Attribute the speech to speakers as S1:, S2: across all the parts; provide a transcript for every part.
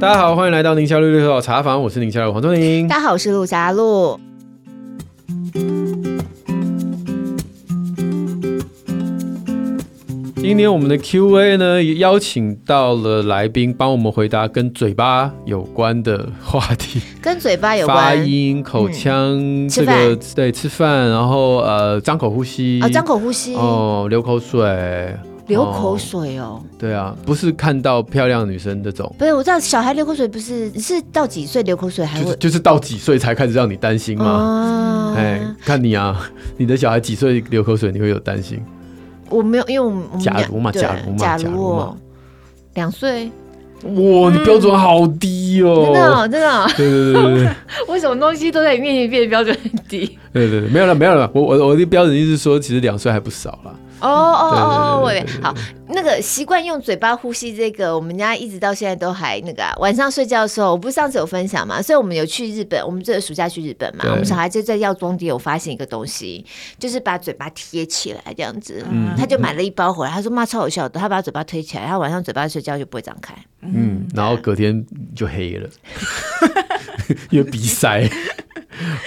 S1: 大家好，欢迎来到宁夏路六号茶房，我是宁夏路黄宗宁。
S2: 大家好，我是陆霞露。
S1: 今天我们的 Q&A 呢，也邀请到了来宾帮我们回答跟嘴巴有关的话题，
S2: 跟嘴巴 有
S1: 发
S2: 关嗯
S1: 音、口腔、这
S2: 吃
S1: 个
S2: 饭
S1: 对吃饭，然后呃张口呼吸
S2: 啊，张口呼吸，
S1: 哦流口水，
S2: 流口
S1: 哦
S2: 水哦。
S1: 对啊，不是看到漂亮女生这种。
S2: 不是，我知道小孩流口水不是是到几岁流口水还
S1: 就是
S2: 会
S1: 就是到几岁才开始让你担心吗？
S2: 哦
S1: 哎、看你啊， 你的小孩几岁流口水，你会有担心？
S2: 我没有，因为我们我们
S1: 假
S2: 俩
S1: 如嘛
S2: 对
S1: 假如嘛
S2: 假
S1: 假
S2: 如
S1: 如嘛
S2: 哦，两岁，
S1: 哇，你标准好低哦！
S2: 嗯真的哦真的哦，
S1: 对对对对对
S2: 我什么东西都在你面前变得标准很低。
S1: 对对对，没有了没有了，我我我的标准意思是说，其实两岁还不少啦。
S2: 哦哦哦，我
S1: 对
S2: 以为好，那个习惯用嘴巴呼吸这个，我们家一直到现在都还那个、啊。晚上睡觉的时候，我不是上次有分享嘛，所以我们有去日本，我们这个暑假去日本嘛，
S1: 对
S2: 我们小孩就在药妆店有发现一个东西，就是把嘴巴贴起来这样子。
S1: 嗯
S2: 他就买了一包回来，他说妈超有效的，他把嘴巴推起来，他晚上嘴巴睡觉就不会张开。
S1: 嗯，然后隔天就黑了，因为鼻塞。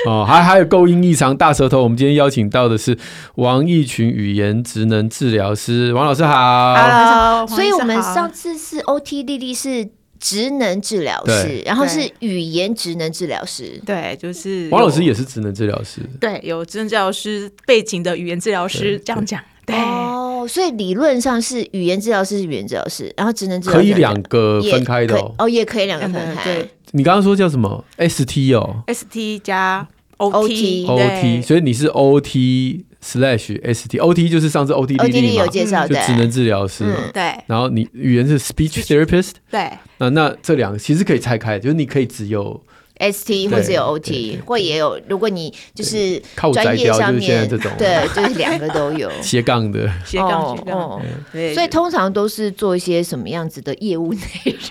S1: 哦，还还有构音异常大舌头，我们今天邀请到的是王义群语言职能治疗师，王老师好。
S3: Hello，
S2: 所以我们上
S3: 次
S2: 次是 OT 丽丽是职能治疗师
S1: 对，
S2: 然后是
S3: 对
S2: 语言职能治疗师。
S3: 对，就是
S1: 王老师
S3: 有
S1: 也是职能治疗师，
S3: 对有真治疗师背景的语言治疗
S1: 对
S3: 师，这样讲对。
S2: 哦，所以理论上是语言治疗师是语言治疗师，然后职能治疗
S1: 可
S2: 师
S1: 以两个
S2: 也
S1: 分开的、
S2: 可以
S1: 哦。
S2: 哦，也可以两个
S3: 嗯
S2: 分开。
S3: 对
S1: 你刚刚说叫什么？ST 哦
S3: ，ST 加
S2: OT
S3: OT 对
S1: ，OT，所以你是 OT slash ST，OT 就是上次 OT
S2: 欧
S1: 丽
S2: 弟弟
S1: 丽嘛
S2: 有，介绍
S1: 就
S2: 的，
S1: 职能治疗师嘛。
S2: 嗯
S3: 对
S1: 然后你语言是 speech therapist，
S3: 对
S1: 那那这两个其实可以拆开，就是你可以只有
S2: ST 或是有
S1: 对对
S2: OT，或也有，如果你就是
S1: 靠摘
S2: 专业
S1: 标，
S2: 上
S1: 就是现在
S2: 面
S1: 这种
S2: 对，就是两个都有。
S1: 斜杠的，
S3: 斜杠
S2: 哦
S3: 斜杠，
S2: 哦
S3: 对
S2: 所以通常都是做一些什么样子的业务内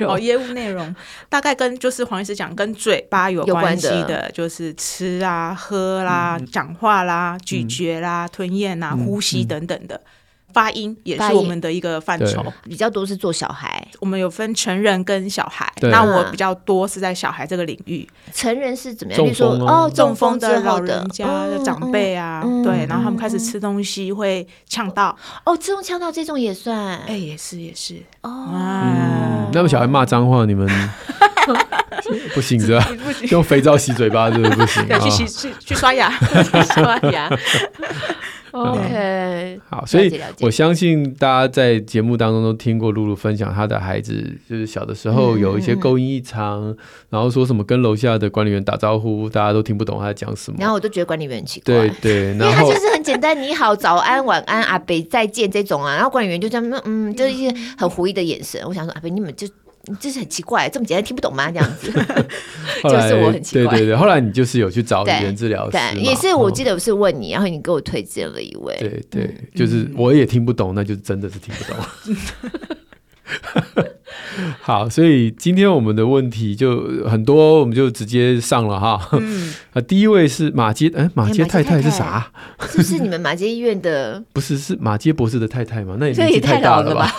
S3: 哦，
S2: 容？
S3: 业务内容大概跟就是黄医师讲跟嘴巴有
S2: 有关
S3: 关
S2: 的
S3: 系的，就是吃啊、喝啦、讲话啦、咀嚼啦、吞咽啦、
S1: 嗯
S3: 呼吸
S1: 嗯
S3: 等等的。发音也
S2: 发
S3: 是
S2: 音
S3: 我们的一个范畴
S1: 对，
S2: 比较多是做小孩，
S3: 我们有分成人跟小孩，
S1: 对
S3: 那我比较多是在小孩这个领域，
S2: 成人是怎么样？
S1: 中
S2: 比如说
S1: 风啊
S2: 哦，
S3: 中
S2: 嗯风
S3: 风
S2: 之
S3: 的
S2: 后
S3: 老
S2: 的
S3: 人家的长辈啊，
S2: 嗯嗯
S3: 对
S2: 嗯，
S3: 然后他们开始吃东西会呛到，
S2: 哦，自动呛到这种也算
S3: 哎、也是也是，
S2: 哦
S3: 嗯。
S1: 那么小孩骂脏话， 你们不行是吧？
S3: 不行，
S1: 用肥皂洗嘴巴这个不行
S3: 对，
S1: 啊
S3: 去。洗去去 刷牙，去刷 牙，
S2: OK，
S1: 好，所以
S2: 了解了解
S1: 我相信大家在节目当中都听过露露分享她的孩子，就是小的时候
S2: 嗯
S1: 有一些
S2: 嗯嗯
S1: 构音异常，然后说什么跟楼下的管理员打招呼，大家都听不懂他在讲什
S2: 然
S1: 么。
S2: 后我就觉得管理员很奇怪，
S1: 对对，
S2: 因为
S1: 然
S2: 他
S1: 后
S2: 就是很简单，你好、早安、晚安、阿北再见这种啊，然后管理员就这样，嗯，就是一些很狐疑的眼神。我想说，阿北你们就你这是很奇怪，这么简单听不懂吗？这样 子，
S1: 后来
S2: 就是我很奇
S1: 对
S2: 怪
S1: 对对，后来你就是有去找语
S2: 对
S1: 言治疗师嘛，
S2: 对，也是我
S1: 哦
S2: 记得我嗯是问你，然后你给我推荐了一位，
S1: 对对，就是我也听不懂，那就真的是听不懂。 好，所以今天我们的问题就很多，我们就直接上了哈。
S3: 嗯，
S1: 啊，第一位是马街，哎，马街太太是啥？
S2: 是不是你们马街医院的？
S1: 不是，是马街博士的太太吗？那也
S2: 这
S1: 年纪
S2: 也太
S1: 大
S2: 老了
S1: 吧？
S2: 吧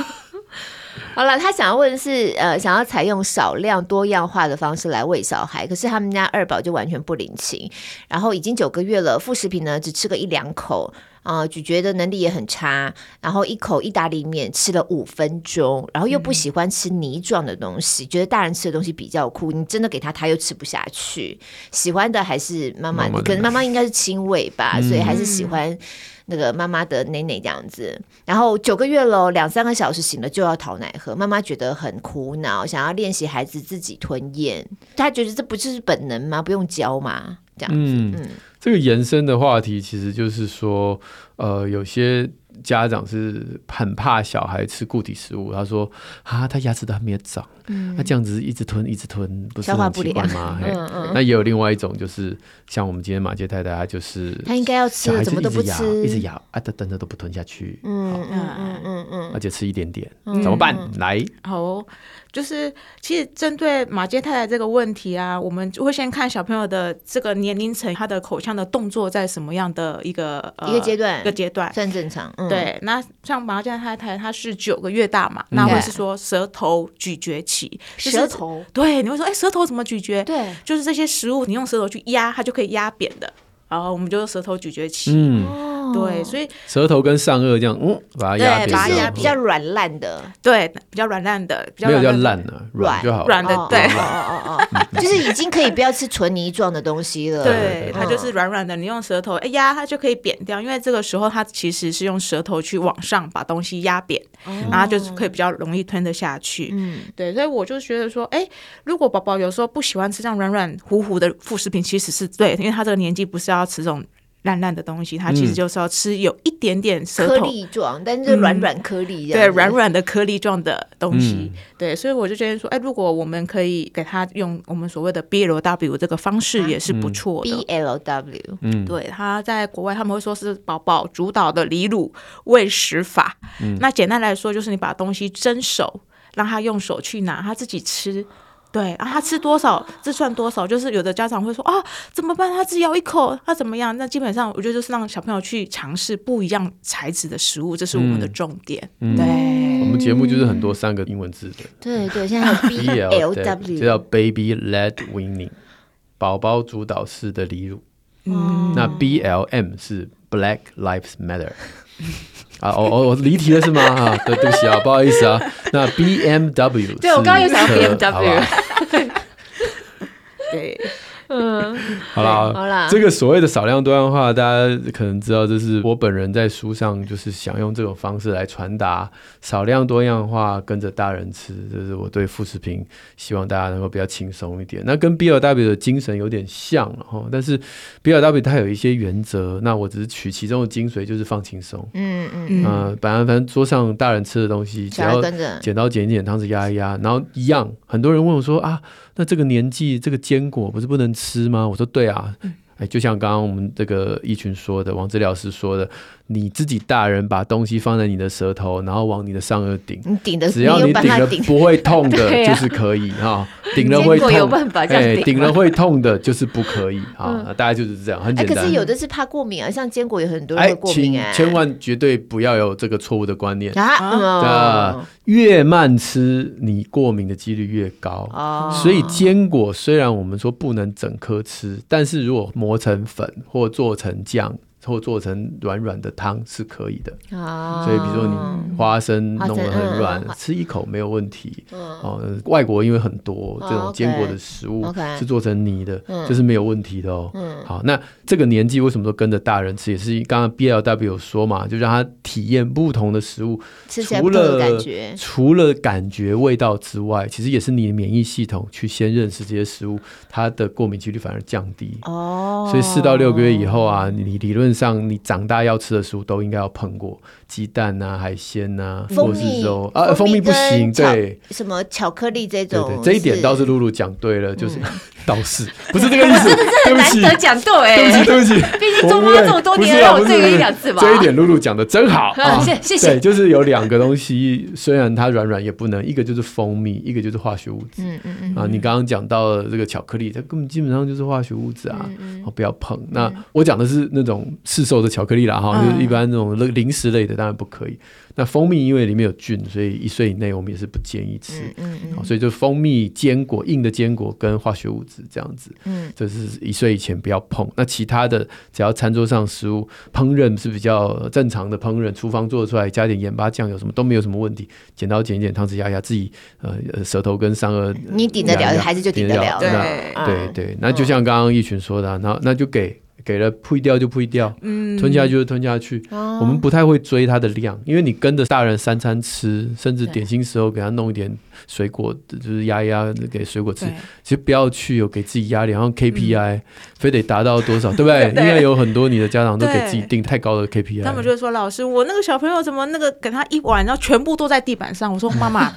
S2: 好了，他想要问的是，呃，想要采用少量多样化的方式来喂小孩，可是他们家二宝就完全不领情，然后已经九个月了，副食品呢只吃个一两口，呃，咀嚼的能力也很差，然后一口意大利面吃了五分钟，然后又不喜欢吃泥状的东西，觉得大人吃的东西比较苦，你真的给他他又吃不下去，喜欢的还是妈妈，
S1: 妈妈的
S2: 可能妈妈应该是亲喂吧，
S1: 嗯
S2: 所以还是喜欢那个妈妈的奶奶这样子。然后九个月了，两三个小时醒了就要讨奶喝，妈妈觉得很苦恼，想要练习孩子自己吞咽，她觉得这不就是本能吗？不用教吗？这样，
S1: 嗯，
S2: 嗯
S1: 这个延伸的话题其实就是说，呃，有些家长是很怕小孩吃固体食物，他说啊，他牙齿都还没有长，那、这样子一直吞一直吞，不是
S2: 嗯消化
S1: 很
S2: 不
S1: 奇怪
S2: 良
S1: 吗？嘿
S2: 嗯嗯，
S1: 那也有另外一种，就是像我们今天马街太太，她就是
S2: 她应该要吃
S1: 小
S2: 的
S1: 孩
S2: 怎
S1: 子
S2: 么
S1: 一
S2: 都不
S1: 直
S2: 吃
S1: 咬，，一直咬啊，等等着都不吞下去，
S2: 嗯
S1: 好
S2: 嗯嗯嗯嗯
S1: 而且吃一点点，
S2: 嗯
S1: 怎么办？来，
S3: 好哦，就是其实针对马街太太这个问题啊，我们就会先看小朋友的这个年龄层，他的口腔的动作在什么样的一个、
S1: 啊
S3: 呃、
S2: 一个阶段
S3: 一个阶段，
S2: 算正常，嗯，
S3: 对，那像麻将太太，她是九个月大嘛，那会是说舌头咀嚼期，就是
S2: 舌，头，
S3: 对，你会说，哎、舌头怎么咀嚼？
S2: 对，
S3: 就是这些食物，你用舌头去压，它就可以压扁的，然后我们就舌头咀嚼期。
S1: 嗯，
S3: 对，所以
S1: 舌头跟上颚这样，嗯，把它
S3: 对
S1: 压扁
S3: 把它
S1: 这
S2: 是
S1: 样，
S3: 压
S2: 比较软烂的，
S3: 对比较软烂的，比较
S1: 没有叫
S3: 的
S1: 烂啊，软就好了。
S3: 软的
S2: 哦
S3: 对
S1: 嗯
S2: 哦哦哦 哦哦， 就是已经可以不要吃纯泥状的嗯东西了，
S3: 对
S1: 对，
S3: 它就是软软的，你用舌头哎压它就可以扁掉，因为这个时候它其实是用舌头去往上把东西压扁，
S2: 嗯，
S3: 然后就是可以比较容易吞得下去。
S2: 嗯，
S3: 对，所以我就觉得说，哎，如果宝宝有时候不喜欢吃这样软软糊糊的副食品，其实是对，因为他这个年纪不是要吃这种烂烂的东西，他其
S1: 嗯
S3: 实就是要吃有一点点舌
S2: 颗
S3: 头。
S2: 粒状，但是软软颗粒这样
S3: 对
S2: 子，
S3: 软软的颗粒状的东西，
S1: 嗯
S3: 对，所以我就觉得说，哎，如果我们可以给他用我们所谓的 BLW 这个方
S2: 啊
S3: 式，也是不
S2: 嗯
S3: 错的。
S2: B L W，
S1: 嗯，
S3: 对，他在国外他们会说是宝宝主导的离乳喂食法。那简单来说，就是你把东西蒸熟，让他用手去拿，他自己吃。对，啊，他吃多少，这算多少？就是有的家长会说啊，怎么办？他只咬一口，他怎么样？那基本上，我觉得就是让小朋友去尝试不一样材质的食物，这是我们的重点。对，
S1: 我们节目就是很多三个英文字的
S2: 对对，现在还有 B
S1: ，B L
S2: L
S1: 这叫
S2: W，
S1: Baby Led Weaning，宝宝主导式的离乳。那
S2: 嗯
S1: B L M 是 Black Lives Matter。啊，我我我离题了是吗？啊，对，对不起啊，不好意思啊。那 B M W
S2: 对我刚刚又想到 BMW
S3: 对，
S1: 好啦，
S2: 好啦
S1: 这个所谓的少量多样化，大家可能知道，这是我本人在书上就是想用这种方式来传达少量多样化，跟着大人吃，这是我对副食品希望大家能够比较轻松一点。那跟 B L W 的精神有点像了哈，但是 B L W 它有一些原则，那我只是取其中的精髓，就是放轻松。
S2: 嗯嗯，
S3: 嗯，
S1: 嗯，反正反正桌上大人吃的东西，只
S2: 小孩
S1: 要
S2: 跟着，
S1: 剪刀剪一剪，汤匙压一压，然后一样。很多人问我说啊，那这个年纪这个坚果不是不能吃吗？我说对啊。
S2: 嗯
S1: 哎，就像刚刚我们这个一群说的，王治疗师说的，你自己大人把东西放在你的舌头，然后往你的上颚顶，
S2: 嗯你顶的，
S1: 只要
S2: 有
S1: 你
S2: 把
S1: 顶
S2: 它
S1: 了
S2: 顶，
S1: 不会痛的，
S2: 对
S1: 就
S2: 啊
S1: 是可以哈，顶了会
S2: 结果
S1: 痛，
S2: 有办法这样
S1: 哎
S2: 顶吗嗯
S1: 顶了会痛的，就是不可以啊，大概就是这样，很
S2: 哎，
S1: 简
S2: 可
S1: 单。
S2: 是有的是怕过敏啊，像坚果有很多人会过
S1: 请
S2: 敏哎，
S1: 千万绝对不要有这个错误的观念，
S2: 啊，嗯
S1: 啊
S2: 哦，
S1: 越慢吃，你过敏的几率越高。
S2: 哦
S1: 所以坚果虽然我们说不能整颗吃，但是如果磨成粉或做成酱或做成软软的汤是可以的。
S2: 啊，
S1: 所以比如说你花生
S2: 花生
S1: 弄得很软
S2: 嗯嗯，
S1: 吃一口没有问题。
S2: 嗯
S1: 哦，外国因为很多
S2: 哦
S1: 这种坚果
S2: OK
S1: 的食物
S2: OK
S1: 是做成泥的
S2: 嗯，
S1: 这是没有问题的哦。
S2: 嗯
S1: 好，那这个年纪为什么说跟着大人吃，也是刚刚 B L W 有说嘛，就让他体验不同的食物，
S2: 吃起来
S1: 除
S2: 不同的
S1: 了
S2: 感觉，
S1: 除了感觉味道之外，其实也是你的免疫系统去先认识这些食物，它的过敏几率反而降低。
S2: 哦，
S1: 所以四到六个月以后啊，你理论上你长大要吃的食物都应该要碰过，鸡蛋啊、海鲜啊，
S2: 蜂
S1: 或是
S2: 蜜
S1: 说啊，蜂
S2: 蜂蜜
S1: 蜜不行，
S2: 跟巧
S1: 对。
S2: 什么巧克力这
S1: 对
S2: 种
S1: 对，，这一点倒是露露讲对了，就是 倒是不是这个意思，对不
S4: 难
S1: 起，
S4: 得讲对哎、
S1: 对不起，对不起，
S4: 毕竟中妈这么多年
S1: 我
S4: 了，
S1: 不
S4: 我
S1: 是
S4: 这
S1: 啊不
S4: 个
S1: 是
S4: 一两次吧。嗯
S1: 这一点露露讲的真好啊！
S4: 谢谢谢
S1: 对，就是有两个东西，虽然它软软也不能，一个就是蜂蜜，一个就是化学物质。
S2: 嗯嗯嗯
S1: 啊，你刚刚讲到的这个巧克力，它根本基本上就是化学物质
S4: 嗯
S1: 啊，哦，不要碰。那我讲的是那种市售的巧克力啦，
S4: 嗯
S1: 哈，就是一般那种零食类的，当然不可以。那蜂蜜因为里面有菌，所以一岁以内我们也是不建议吃。
S2: 嗯嗯嗯
S1: 好哦所以就蜂蜜、坚果、硬的坚果跟化学物质这样子，
S2: 嗯，
S1: 这是一岁以前不要碰。那其他的，只要餐桌上食物烹饪是比较正常的烹饪，厨房做出来加点盐巴酱油什么都没有什么问题，剪刀剪一剪，汤匙压一压，自己呃呃舌头跟上颚，
S2: 你顶得
S1: 压一
S2: 了，
S1: 压
S2: 还是就顶得了，
S1: 顶得了
S3: 对
S2: 啊
S1: 对嗯对，那就像刚刚一群说的啊、那那就给给了呸掉就呸掉，
S3: 嗯
S1: 吞下去就吞下去。
S2: 哦
S1: 我们不太会追它的量，因为你跟着大人三餐吃，甚至点心时候给他弄一点水果，就是压一压给水果吃
S3: 对。
S1: 其实不要去有给自己压力，然后 KPI、非得达到多少，对不对？因为有很多你的家长都给
S3: 对
S1: 自己定太高的 KPI，
S3: 他们就会说：“老师，我那个小朋友怎么那个给他一碗，然后全部都在地板上？” 我说：“妈妈，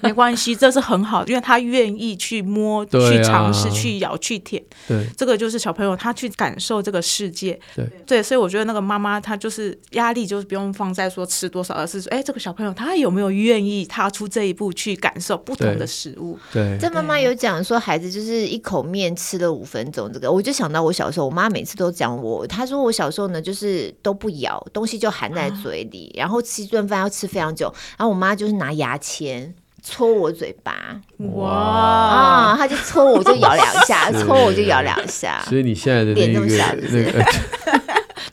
S3: 没关系，这是很好，因为他愿意去摸、
S1: 对啊
S3: 去尝试、去咬、去舔，
S1: 对
S3: 这个就是小朋友他去感受这个世界。
S1: 对
S3: 所以我觉得那个妈妈她就是压力，就是不用放在说吃多少，而是说，哎，这个小朋友他有没有愿意踏出这一步去感感受不同
S1: 对
S3: 的食物。
S1: 对，
S2: 这妈妈有讲说，孩子就是一口面吃了五分钟，这个我就想到我小时候，我妈每次都讲我，她说我小时候呢就是都不咬东西就含在嘴里，然后吃一顿饭要吃非常久，然后我妈就是拿牙签。戳我嘴巴
S3: 哦
S1: 哇
S2: 啊，她就戳我就咬两下，
S1: 是
S2: 戳我就咬两下，
S1: 所以你现在的那
S2: 脸这
S1: 个
S2: 么小是不
S1: 那
S2: 是
S1: 个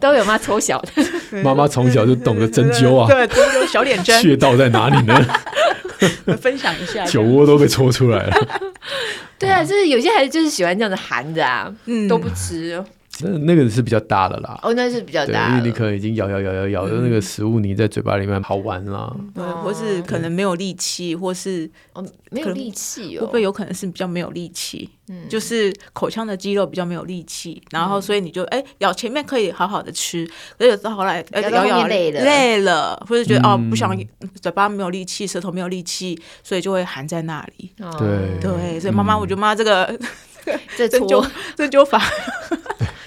S4: 都有吗？抽小的，
S1: 呃妈妈从小就懂得针灸啊，
S3: 对，针灸小脸 针，
S1: 穴道在哪里呢？
S3: 分享 一下。
S1: 酒窝都被戳出来了。
S4: 对啊，就是有些孩子就是喜欢这样子含着啊，
S3: 嗯
S4: 都不吃。
S1: 那那个是比较大的 啦，
S2: 哦，那是比较
S1: 对，
S2: 大
S1: 因为你
S2: 了。
S1: 可能已经咬咬咬咬咬的那个食物，你在嘴巴里面好玩啦。
S3: 对，或是可能没有力气，或是
S2: 哦，没有
S3: 可能
S2: 力气
S3: 会
S2: 哦，
S3: 不会有可能是比较没有力气？嗯，就是口腔的肌肉比较没有力气，然
S2: 嗯
S3: 后所以你就哎咬前面可以好好的吃，可是有时候后来哎
S2: 咬到
S3: 咬
S2: 后面
S3: 咬
S2: 累了
S3: 累了，或者觉得哦不想嘴巴没有力气，舌头没有力气，所以就会含在那里。
S2: 哦
S1: 对
S3: 对，所以妈妈，
S1: 嗯
S3: 我觉得妈妈这个
S2: 这
S3: 针 灸
S2: 戳
S3: 针灸法，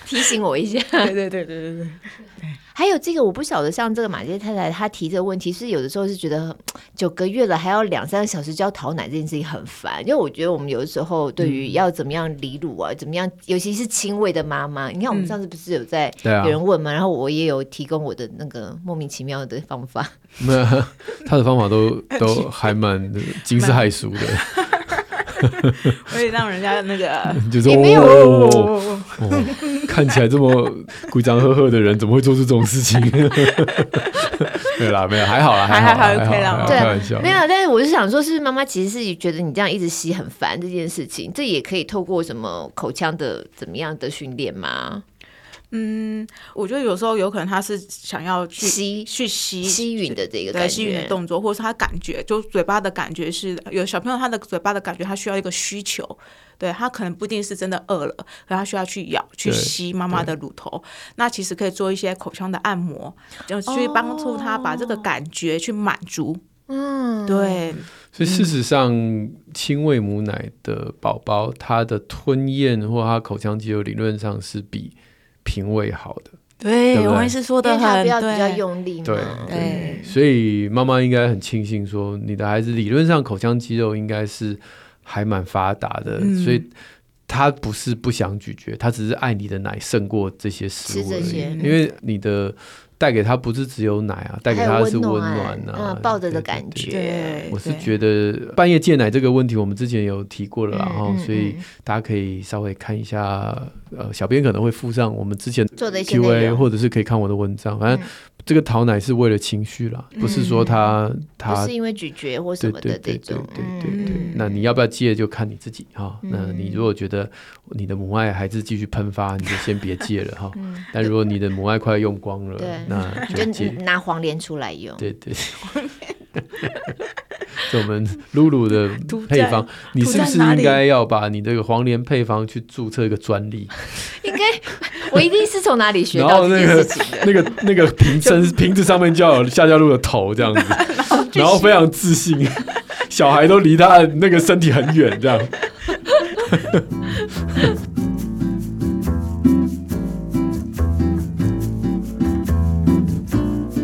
S2: 提醒我一下。
S3: 对对对对对对，
S2: 还有这个，我不晓得像这个马街太太她提这个问题，是有的时候是觉得九个月了还要两三个小时就要讨奶这件事情很烦，因为我觉得我们有的时候对于要怎么样离乳啊，怎么样，尤其是亲喂的妈妈，你看我们上次不是有在
S1: 对啊
S2: 有，人问嘛，然后我也有提供我的那个莫名其妙的方法，
S1: 那 他的方法都都还蛮惊世骇俗的，
S3: 所以让人家那个
S1: 就是
S2: 也没有
S1: 哦，哦看起来这么鼓掌呵呵的人，怎么会做出这种事情？ 对啦，没有，还好啦，
S3: 还
S1: 好啦，
S3: 还好
S1: 还
S3: OK 啦
S1: 好，
S3: 哦
S2: 对
S1: 开
S2: 啊
S1: 玩笑，
S2: 没有，但是我是想说，是不是妈妈其实是觉得你这样一直吸很烦这件事情，这也可以透过什么口腔的怎么样的训练吗？
S3: 我觉得有时候有可能他是想要去
S2: 吸
S3: 去吸
S2: 吸吮的这个
S3: 对
S2: 感
S3: 吸吮的
S2: 觉，
S3: 动作，或者是他感觉，就嘴巴的感觉是有小朋友他的嘴巴的感觉，他需要一个需求，对他可能不一定是真的饿了，可他需要去咬去
S1: 对
S3: 吸妈妈的乳头，那其实可以做一些口腔的按摩，就去帮助他把这个感觉去满足。
S2: 嗯，
S3: 对，
S1: 所以事实上，亲喂母奶的宝宝，他的吞咽或他口腔肌肉理论上是比平喂好的。对
S3: 对
S1: 不对
S3: 王医师说
S2: 因
S3: 的
S2: 为他
S3: 很
S2: 不要比较
S3: 对，
S2: 用力嘛，
S1: 对
S3: 对
S1: 所以妈妈应该很庆幸说，你的孩子理论上口腔肌肉应该是还蛮发达的，
S3: 嗯
S1: 所以他不是不想咀嚼，他只是爱你的奶胜过这些食物而
S2: 吃这
S1: 已
S2: 些，
S1: 因为你的。带给他不是只有奶啊，带给
S2: 还
S1: 他
S2: 有
S1: 是温
S2: 温暖
S1: 暖啊，
S2: 嗯抱着
S1: 对
S2: 的
S1: 对
S2: 感
S1: 对
S2: 觉
S3: 对，
S1: 我是
S3: 对
S1: 觉得半夜戒奶这个问题，我们之前有提过了啦，然后、
S2: 嗯嗯
S1: 所以
S2: 嗯
S1: 大家可以稍微看一下，呃，小编可能会附上我们之前
S2: 做的一些内
S1: Q&A，
S2: 容
S1: 或者是可以看我的文章。反正
S2: 嗯
S1: 这个讨奶是为了情绪啦，不是说他
S2: 不
S1: 他
S2: 是因为咀嚼或什
S1: 对
S2: 么
S1: 对
S2: 的
S1: 对对
S2: 这种，
S1: 对对
S2: 嗯
S1: 对
S3: 嗯。
S1: 那你要不要戒就看你自己哈。那你如果觉得你的母爱还是继续喷发，你就先别戒了 哈。但如果你的母爱快用光了
S2: 对，
S1: 那就
S2: 你
S1: 戒
S2: 嗯就。拿黄连出来用，
S1: 对 对。这我们露露的
S3: 涂
S1: 配
S3: 在
S1: 方，你是不是
S3: 涂在哪
S1: 应
S3: 里
S1: 该要把你这个黄连配方去注册一个专利？
S2: 应该我一定是从哪里学
S1: 然
S2: 到
S1: 后
S2: 这
S1: 那
S2: 件
S1: 个
S2: 事情的。
S1: 那个那个瓶身瓶子上面就要有夏家路的头这样子， 然后非常自信，小孩都离他的那个身体很远这样。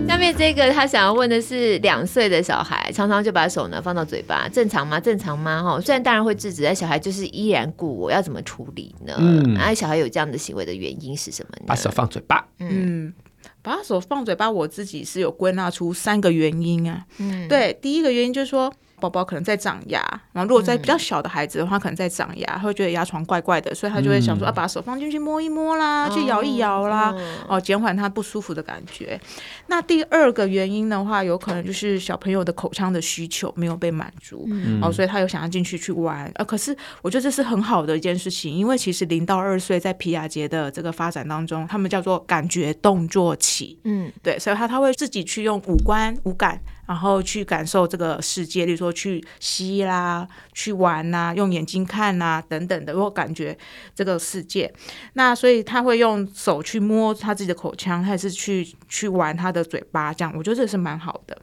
S2: 下面这个他想要问的是，两岁的小孩常常就把手呢放到嘴巴，正常吗？正常吗？哈，虽然大人会制止，但小孩就是依然故我，要怎么处理呢？
S1: 嗯
S2: 啊，小孩有这样的行为的原因是什么呢？
S1: 把手放嘴巴，
S3: 嗯，把手放嘴巴，我自己是有归纳出三个原因啊。
S2: 嗯，
S3: 对，第一个原因就是说，宝宝可能在长牙，然后如果在比较小的孩子的话，可能在长牙，他会觉得牙床怪怪的，所以他就会想说，
S1: 嗯
S3: 啊，把手放进去摸一摸啦，去摇一摇啦，哦，减缓他不舒服的感觉。那第二个原因的话，有可能就是小朋友的口腔的需求没有被满足，哦，所以他有想要进去去玩，呃，可是我觉得这是很好的一件事情，因为其实零到二岁在皮亚杰的这个发展当中，他们叫做感觉动作期，
S2: 嗯，
S3: 对，所以他他会自己去用五官五感，然后去感受这个世界，例如说去吸啦、去玩啦、用眼睛看啦等等的，或感觉这个世界。那所以他会用手去摸他自己的口腔，他也是去去玩他的嘴巴，这样我觉得这是蛮好的。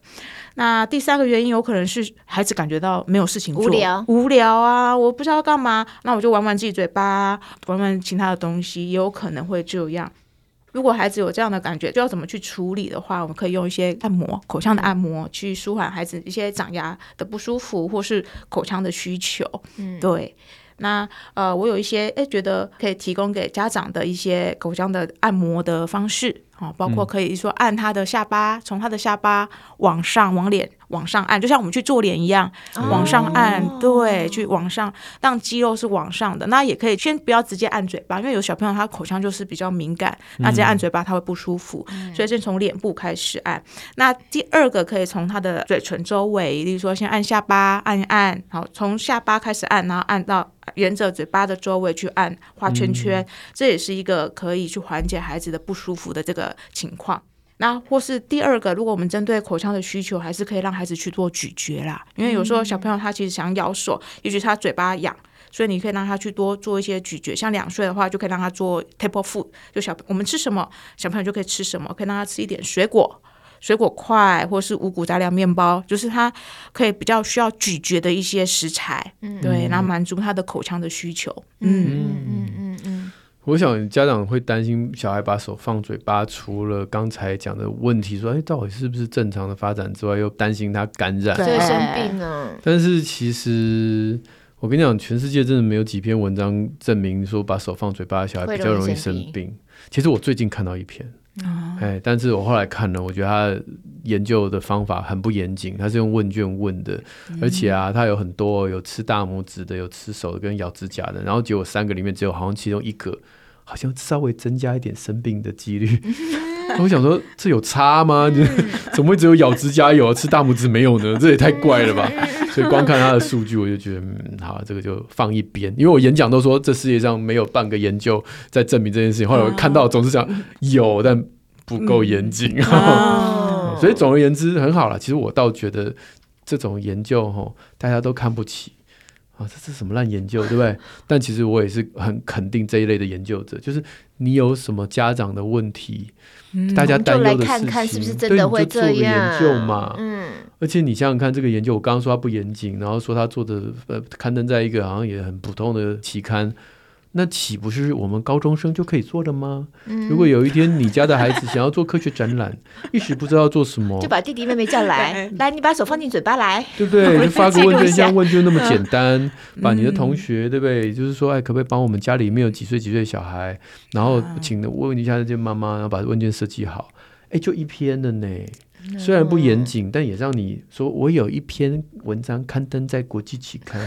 S3: 那第三个原因有可能是孩子感觉到没有事情做，
S2: 无聊
S3: 无聊啊，我不知道干嘛，那我就玩玩自己嘴巴，玩玩其他的东西，也有可能会这样。如果孩子有这样的感觉，就要怎么去处理的话，我们可以用一些按摩、口腔的按摩去舒缓孩子一些长牙的不舒服或是口腔的需求。嗯，对。那呃，我有一些诶觉得可以提供给家长的一些口腔的按摩的方式哦，包括可以说按他的下巴，从他的下巴往上、往脸往上按，就像我们去做脸一样，
S2: 哦
S3: 往上按，
S1: 嗯
S3: 对，去往上，让肌肉是往上的。那也可以先不要直接按嘴巴，因为有小朋友他口腔就是比较敏感，那直接按嘴巴他会不舒服，所以先从脸部开始按。那第二个可以从他的嘴唇周围，例如说先按下巴，按一按，好，从下巴开始按，然后按到沿着嘴巴的周围去按，画圈圈，这也是一个可以去缓解孩子的不舒服的这个情况。那或是第二个，如果我们针对口腔的需求，还是可以让孩子去做咀嚼啦，因为有时候小朋友他其实想咬手，也许他嘴巴痒。所以你可以让他去多做一些咀嚼，像两岁的话，就可以让他做 table food，就小我们吃什么，小朋友就可以吃什么，可以让他吃一点水果，水果块或是五谷杂粮面包，就是他可以比较需要咀嚼的一些食材，对，然后满足他的口腔的需求。嗯，
S1: 我想家长会担心小孩把手放嘴巴，除了刚才讲的问题说，哎，到底是不是正常的发展之外，又担心他感染。
S3: 对
S2: 所以生病啊呢，
S1: 但是其实我跟你讲，全世界真的没有几篇文章证明说把手放嘴巴的小孩
S2: 会
S1: 比较
S2: 容易
S1: 容易
S2: 生
S1: 生
S2: 病
S1: 病。其实我最近看到一篇，哎，但是我后来看了，我觉得他研究的方法很不严谨，他是用问卷问的，而且啊，他有很多有吃大拇指的，有吃手的，跟咬指甲的，然后结果三个里面只有好像其中一个好像稍微增加一点生病的几率。我想说，这有差吗？就是 怎么会只有咬指甲有，吃大拇指没有呢？这也太怪了吧！ 所以光看他的数据，我就觉得，嗯，好，这个就放一边。因为我演讲都说这世界上没有半个研究在证明这件事情，后来我看到总是讲有，但不够严谨。
S2: 嗯
S3: 哦
S1: 所以总而言之，很好了。其实我倒觉得这种研究吼，大家都看不起啊，这是什么烂研究，对不对？但其实我也是很肯定这一类的研究者，就是你有什么家长的问题，大家
S2: 嗯我们就
S1: 担忧
S2: 来
S1: 的事情，
S2: 看看是不是真
S1: 对
S2: 的
S1: 你
S2: 会
S1: 就做
S2: 这
S1: 个研
S2: 样。
S1: 究嘛，
S2: 嗯，
S1: 而且你想想看，这个研究我刚刚说它不严谨，然后说它做的呃刊登在一个好像也很普通的期刊，那岂不是我们高中生就可以做的吗？如果有一天你家的孩子想要做科学展览，一时不知道做什么
S2: 就，把弟弟妹妹叫来，来，你把手放进嘴巴来，
S1: 对不对？就发个问
S2: 记录一
S1: 卷，
S2: 下
S1: 像问卷那么简单，把
S4: 嗯
S1: 你的同学，对不对？就是说，哎，可不可以帮我们家里面有几岁几岁的小孩，然后
S4: 啊
S1: 请问一下这些妈妈，然后把问卷设计好。哎，就一篇的呢，虽然不严谨，但也让你说我有一篇文章刊登在国际期 刊。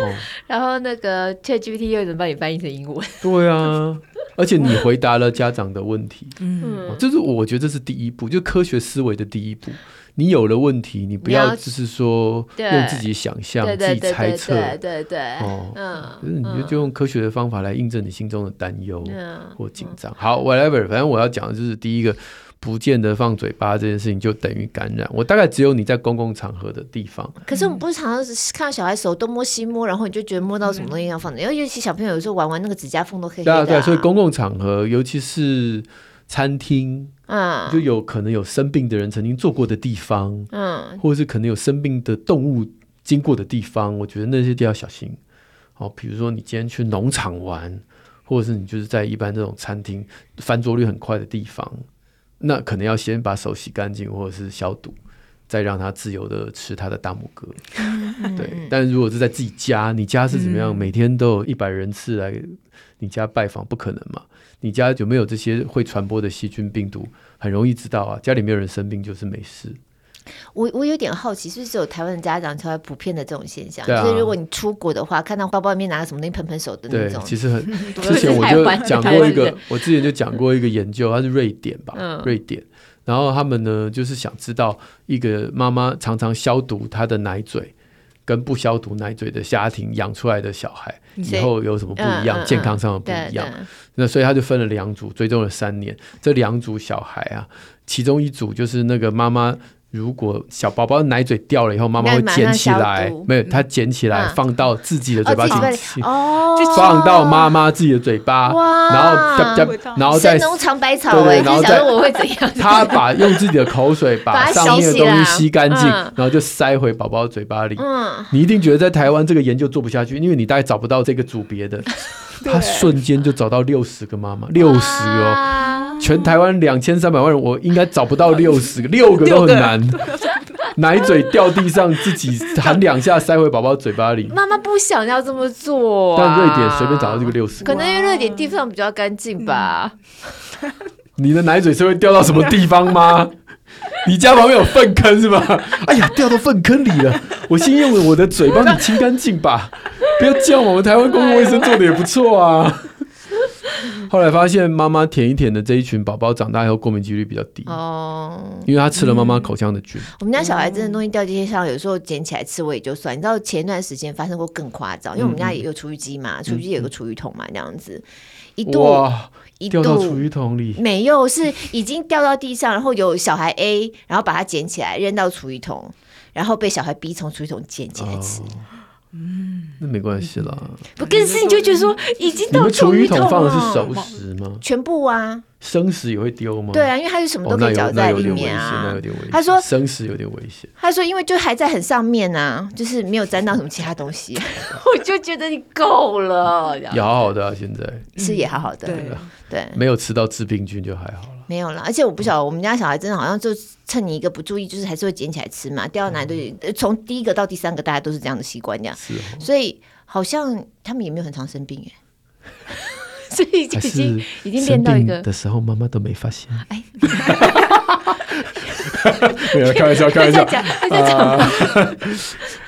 S1: 哦，
S4: 然后那个 ChatGPT 又能帮你翻译成英文，
S1: 对啊，而且你回答了家长的问题，哦
S4: 嗯，
S1: 这是我觉得这是第一步，就科学思维的第一步。你有了问题，你不
S4: 你
S1: 要
S4: 要
S1: 就是说
S4: 对
S1: 用自己想象、
S4: 对
S1: 自
S4: 对
S1: 己
S4: 对
S1: 猜
S4: 对
S1: 测，
S4: 对对对，
S1: 哦
S4: 嗯
S1: 就是你就就用科学的方法来印证你心中的担忧
S4: 嗯
S1: 或紧张。好，whatever，反正我要讲的就是第一个，不见得放嘴巴这件事情就等于感染。我大概只有你在公共场合的地方，
S2: 可是我们不是常常是看到小孩手东摸西摸，然后你就觉得摸到什么东西要放的，因为尤其小朋友有时候玩玩那个指甲缝都黑黑
S1: 对
S2: 的、
S1: 啊对啊，所以公共场合，尤其是餐厅， 就
S2: 嗯
S1: 有可能有生病的人曾经坐过的地方，
S2: 嗯，
S1: 或者是可能有生病的动物经过的地方，我觉得那些都要小心。哦，比如说你今天去农场玩，或者是你就是在一般这种餐厅翻桌率很快的地方，那可能要先把手洗干净或者是消毒，再让它自由的吃它的大拇哥。对，但如果是在自己家，你家是怎么样？每天都有一百人次来你家拜访，不可能嘛？你家有没有这些会传播的细菌病毒？很容易知道啊，家里没有人生病就是没事。
S2: 我我有点好奇，是不是只有台湾的家长才会普遍的这种现象？
S1: 对啊
S2: 就是如果你出国的话，看到包包里面拿个什么东西喷喷手的那
S1: 对
S2: 种，，
S1: 其实很
S4: 是
S1: 之前我
S4: 台
S1: 就
S4: 湾的
S1: 讲
S4: 台
S1: 过
S4: 湾
S1: 一个
S4: 人，
S1: 我之前就讲过一个研究，它是瑞典吧，
S4: 嗯
S1: 瑞典。然后他们呢，就是想知道一个妈妈常常消毒她的奶嘴，跟不消毒奶嘴的家庭养出来的小孩以
S4: 所以
S1: 后有什么不一样，
S4: 嗯嗯
S1: 健康上的不
S4: 对
S1: 一样。
S4: 对，
S1: 那所以他就分了两组，追踪了三年。这两组小孩啊，其中一组就是那个妈妈，如果小宝宝的奶嘴掉了以后，妈妈会捡起
S2: 那马上消
S1: 来
S2: 毒，
S1: 没有，她捡起来、
S2: 嗯
S1: 放到自己的嘴
S2: 哦，
S1: 巴
S2: 自
S1: 进
S2: 己嘴巴里
S1: 去，
S2: 哦，
S1: 放到妈妈自己的嘴巴，
S2: 哇
S1: 然后夹
S3: 味
S1: 夹
S3: 道
S1: 然后再
S2: 神农尝百草
S1: 对
S2: 哎、
S1: 然
S2: 就
S1: 后
S2: 是
S1: 再
S2: 想说我会怎样？
S1: 他把用自己的口 水把
S2: 把它
S1: 上面的
S2: 洗洗
S1: 东西
S2: 啦
S1: 吸干净，
S2: 嗯
S1: 然后就塞回宝宝嘴巴里。
S2: 嗯，
S1: 你一定觉得在台湾这个研究做不下去，因为你大概找不到这个组别的，他瞬间就找到六十个妈妈， 六十哦，
S2: 哇
S1: 全台湾两千三百万人，我应该找不到六 十个，六个都很难。 奶嘴掉地上，自己含两下塞回宝宝嘴巴 里。
S2: 妈妈不想要这么做、啊，
S1: 但瑞典随便找到这个，六十，
S2: 可能因为瑞典地方比较干净吧。
S1: 你的奶嘴是会掉到什么地方 吗？你家旁边有粪坑是吧？哎呀，掉到粪坑里了！我先用我的嘴帮你清干净吧。 不要这样，我们台湾公共卫生做的也不错 啊。后来发现妈妈舔一舔的这一群宝宝长大以后过敏几率比较低，
S2: 哦，
S1: 因为他吃了妈妈口腔的菌。
S2: 我们家小孩真的东西掉地上，有时候捡起来吃我也就算。你知道前一段时间发生过更夸张，因为我们
S1: 嗯
S2: 家也有厨余机嘛，厨余机有个厨余桶嘛，那样子一
S1: 嗯
S2: 度
S1: 哇，
S2: 一
S1: 掉到厨
S2: 度
S1: 余桶里，
S2: 没有，是已经掉到地上，然后有小孩 A，然后把它捡起来扔到厨余桶，然后被小孩 B 从厨余桶捡起来
S1: 哦
S2: 吃。
S1: 那没关系啦。
S2: 不更是你就觉得说已经
S1: 你
S2: 到
S1: 们嗯厨余
S2: 余
S1: 桶啊放的是
S2: 了，啊
S1: 熟食吗？
S2: 全部啊，
S1: 生食也会丢吗？
S2: 对啊，因为他是什么
S1: 哦，那
S2: 都可
S1: 有
S2: 以搅
S1: 那
S2: 在
S1: 有
S2: 里
S1: 点危
S2: 面
S1: 险，那
S2: 啊
S1: 有。点危险。
S2: 他说
S1: 生食有点危险，
S2: 他说：“因为就还在很上面啊，就是没有沾到什么其他东西， 我就觉得你够了。这样
S1: 也好好的啊，现在
S2: 吃也好好的，
S3: 对，
S2: 对，
S1: 没有吃到致病菌就还好了。
S2: 没有啦。而且我不
S1: 嗯
S2: 晓得，我们家小孩真的好像就趁你一个不注意，就是还是会捡起来吃嘛，掉到哪里
S1: 嗯
S2: 都有。呃从第一个到第三个，大家都是这样的习惯，这样，
S1: 是哦，
S2: 所以好像他们也没有很常生病 耶。所以已
S1: 还
S2: 经已经
S1: 是
S2: 已经练到一
S1: 生病
S2: 个
S1: 的时候，妈妈都没发现。
S2: 哎，
S1: 没有开玩 笑，开玩笑啊
S2: 在。讲在讲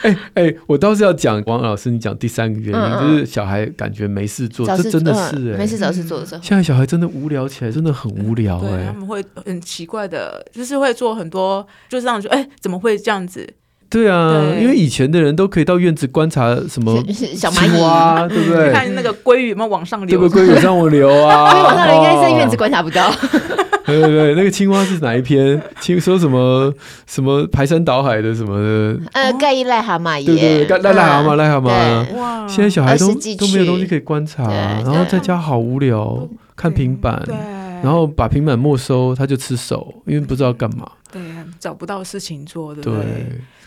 S1: 哎哎，我倒是要讲王老师，你讲第三个原因
S2: 嗯嗯
S1: 就是小孩感觉没事做，
S2: 找
S1: 这
S2: 事
S1: 真的
S2: 嗯
S1: 是哎
S2: 没事，找事做的时候，
S1: 现在小孩真的无聊起来，真的很无聊
S3: 对，他啊
S1: 哎。
S3: 们会很奇怪的，就是会做很多，就是让你觉得哎、怎么会这样子？
S1: 对啊，
S3: 对
S1: 因为以前的人都可以到院子观察什么
S2: 小蚂
S1: 青
S2: 蚁。”
S1: 蛙，啊对不
S3: 你
S1: 对？
S3: 看那个鲑鱼有没有往上
S1: 这
S3: 流？
S1: 个龟有让我流 啊，
S2: 因为网上人应该是在院子
S1: 哦
S2: 观察不到，
S1: 对对对，那个青蛙是哪一篇？青说什么什么排山倒海的什么的，
S2: 呃，盖伊癞蛤蟆也，
S1: 对对对，干癞癞蛤蟆，
S2: 嗯
S1: 癞蛤蟆。
S2: 对嗯
S3: 哇，
S1: 现在小孩都
S2: 二十几
S1: 都没有东西可以观察，
S2: 对
S1: 然后在家好无聊，看平板，
S3: 对，
S1: 然后把平板没收，他就吃手，因为不知道干嘛。
S3: 对找不到事情做，对不
S1: 对，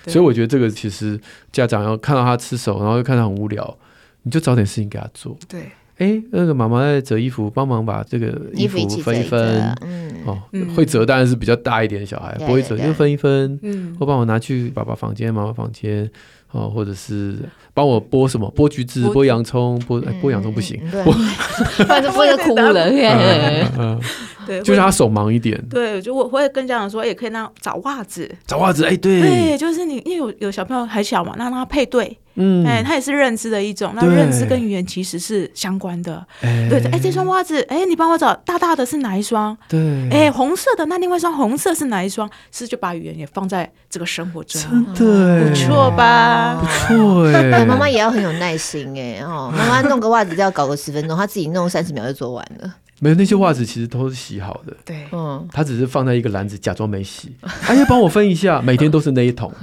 S3: 对
S1: 所以我觉得这个其实家长要看到他吃手，然后又看他很无聊，你就找点事情给他做。
S3: 对，
S1: 哎，那个妈妈在折衣服，帮忙把这个衣
S2: 衣服
S1: 服
S2: 一起
S1: 分一
S2: 折
S1: 分
S2: 折。嗯，
S1: 哦，
S3: 嗯
S1: 会折当然是比较大一点的小孩，
S2: 对
S1: 不会折
S2: 对
S1: 就分一分，
S3: 嗯
S1: 或帮我拿去爸爸房间、妈妈房间，哦，或者是帮我剥什么，剥橘子、
S3: 剥
S1: 剥洋葱、剥哎剥洋葱不行，
S2: 嗯，对， 不然就不会哭了。
S1: 嗯嗯
S3: 对，
S1: 嗯就
S3: 会
S1: 让他手忙一点，
S3: 对，就我会跟家长说，哎也可以让找袜子，
S1: 找袜子，哎，对，
S3: 对，就是你，因为有有小朋友还小嘛，那让他配对，
S1: 嗯，
S3: 哎、他也是认知的一种，那
S1: 对
S3: 认知跟语言其实是相关的。
S1: 哎
S3: 对，哎，这双袜子，哎，你帮我找大大的是哪一双？
S1: 对，
S3: 哎，红色的，那另外一双红色是哪一双？是就把语言也放在这个生活中，
S1: 真的哎，
S3: 不错吧？
S1: 不错哎，
S2: 哎，妈妈也要很有耐心哎哦，妈妈弄个袜子都要搞个十分钟，她自己弄三十秒就做完了。
S1: 没有那些袜子其实都是洗好的。
S3: 对，
S2: 嗯，
S1: 他只是放在一个篮子，假装没洗。哎呀，帮我分一下，每天都是那一 桶，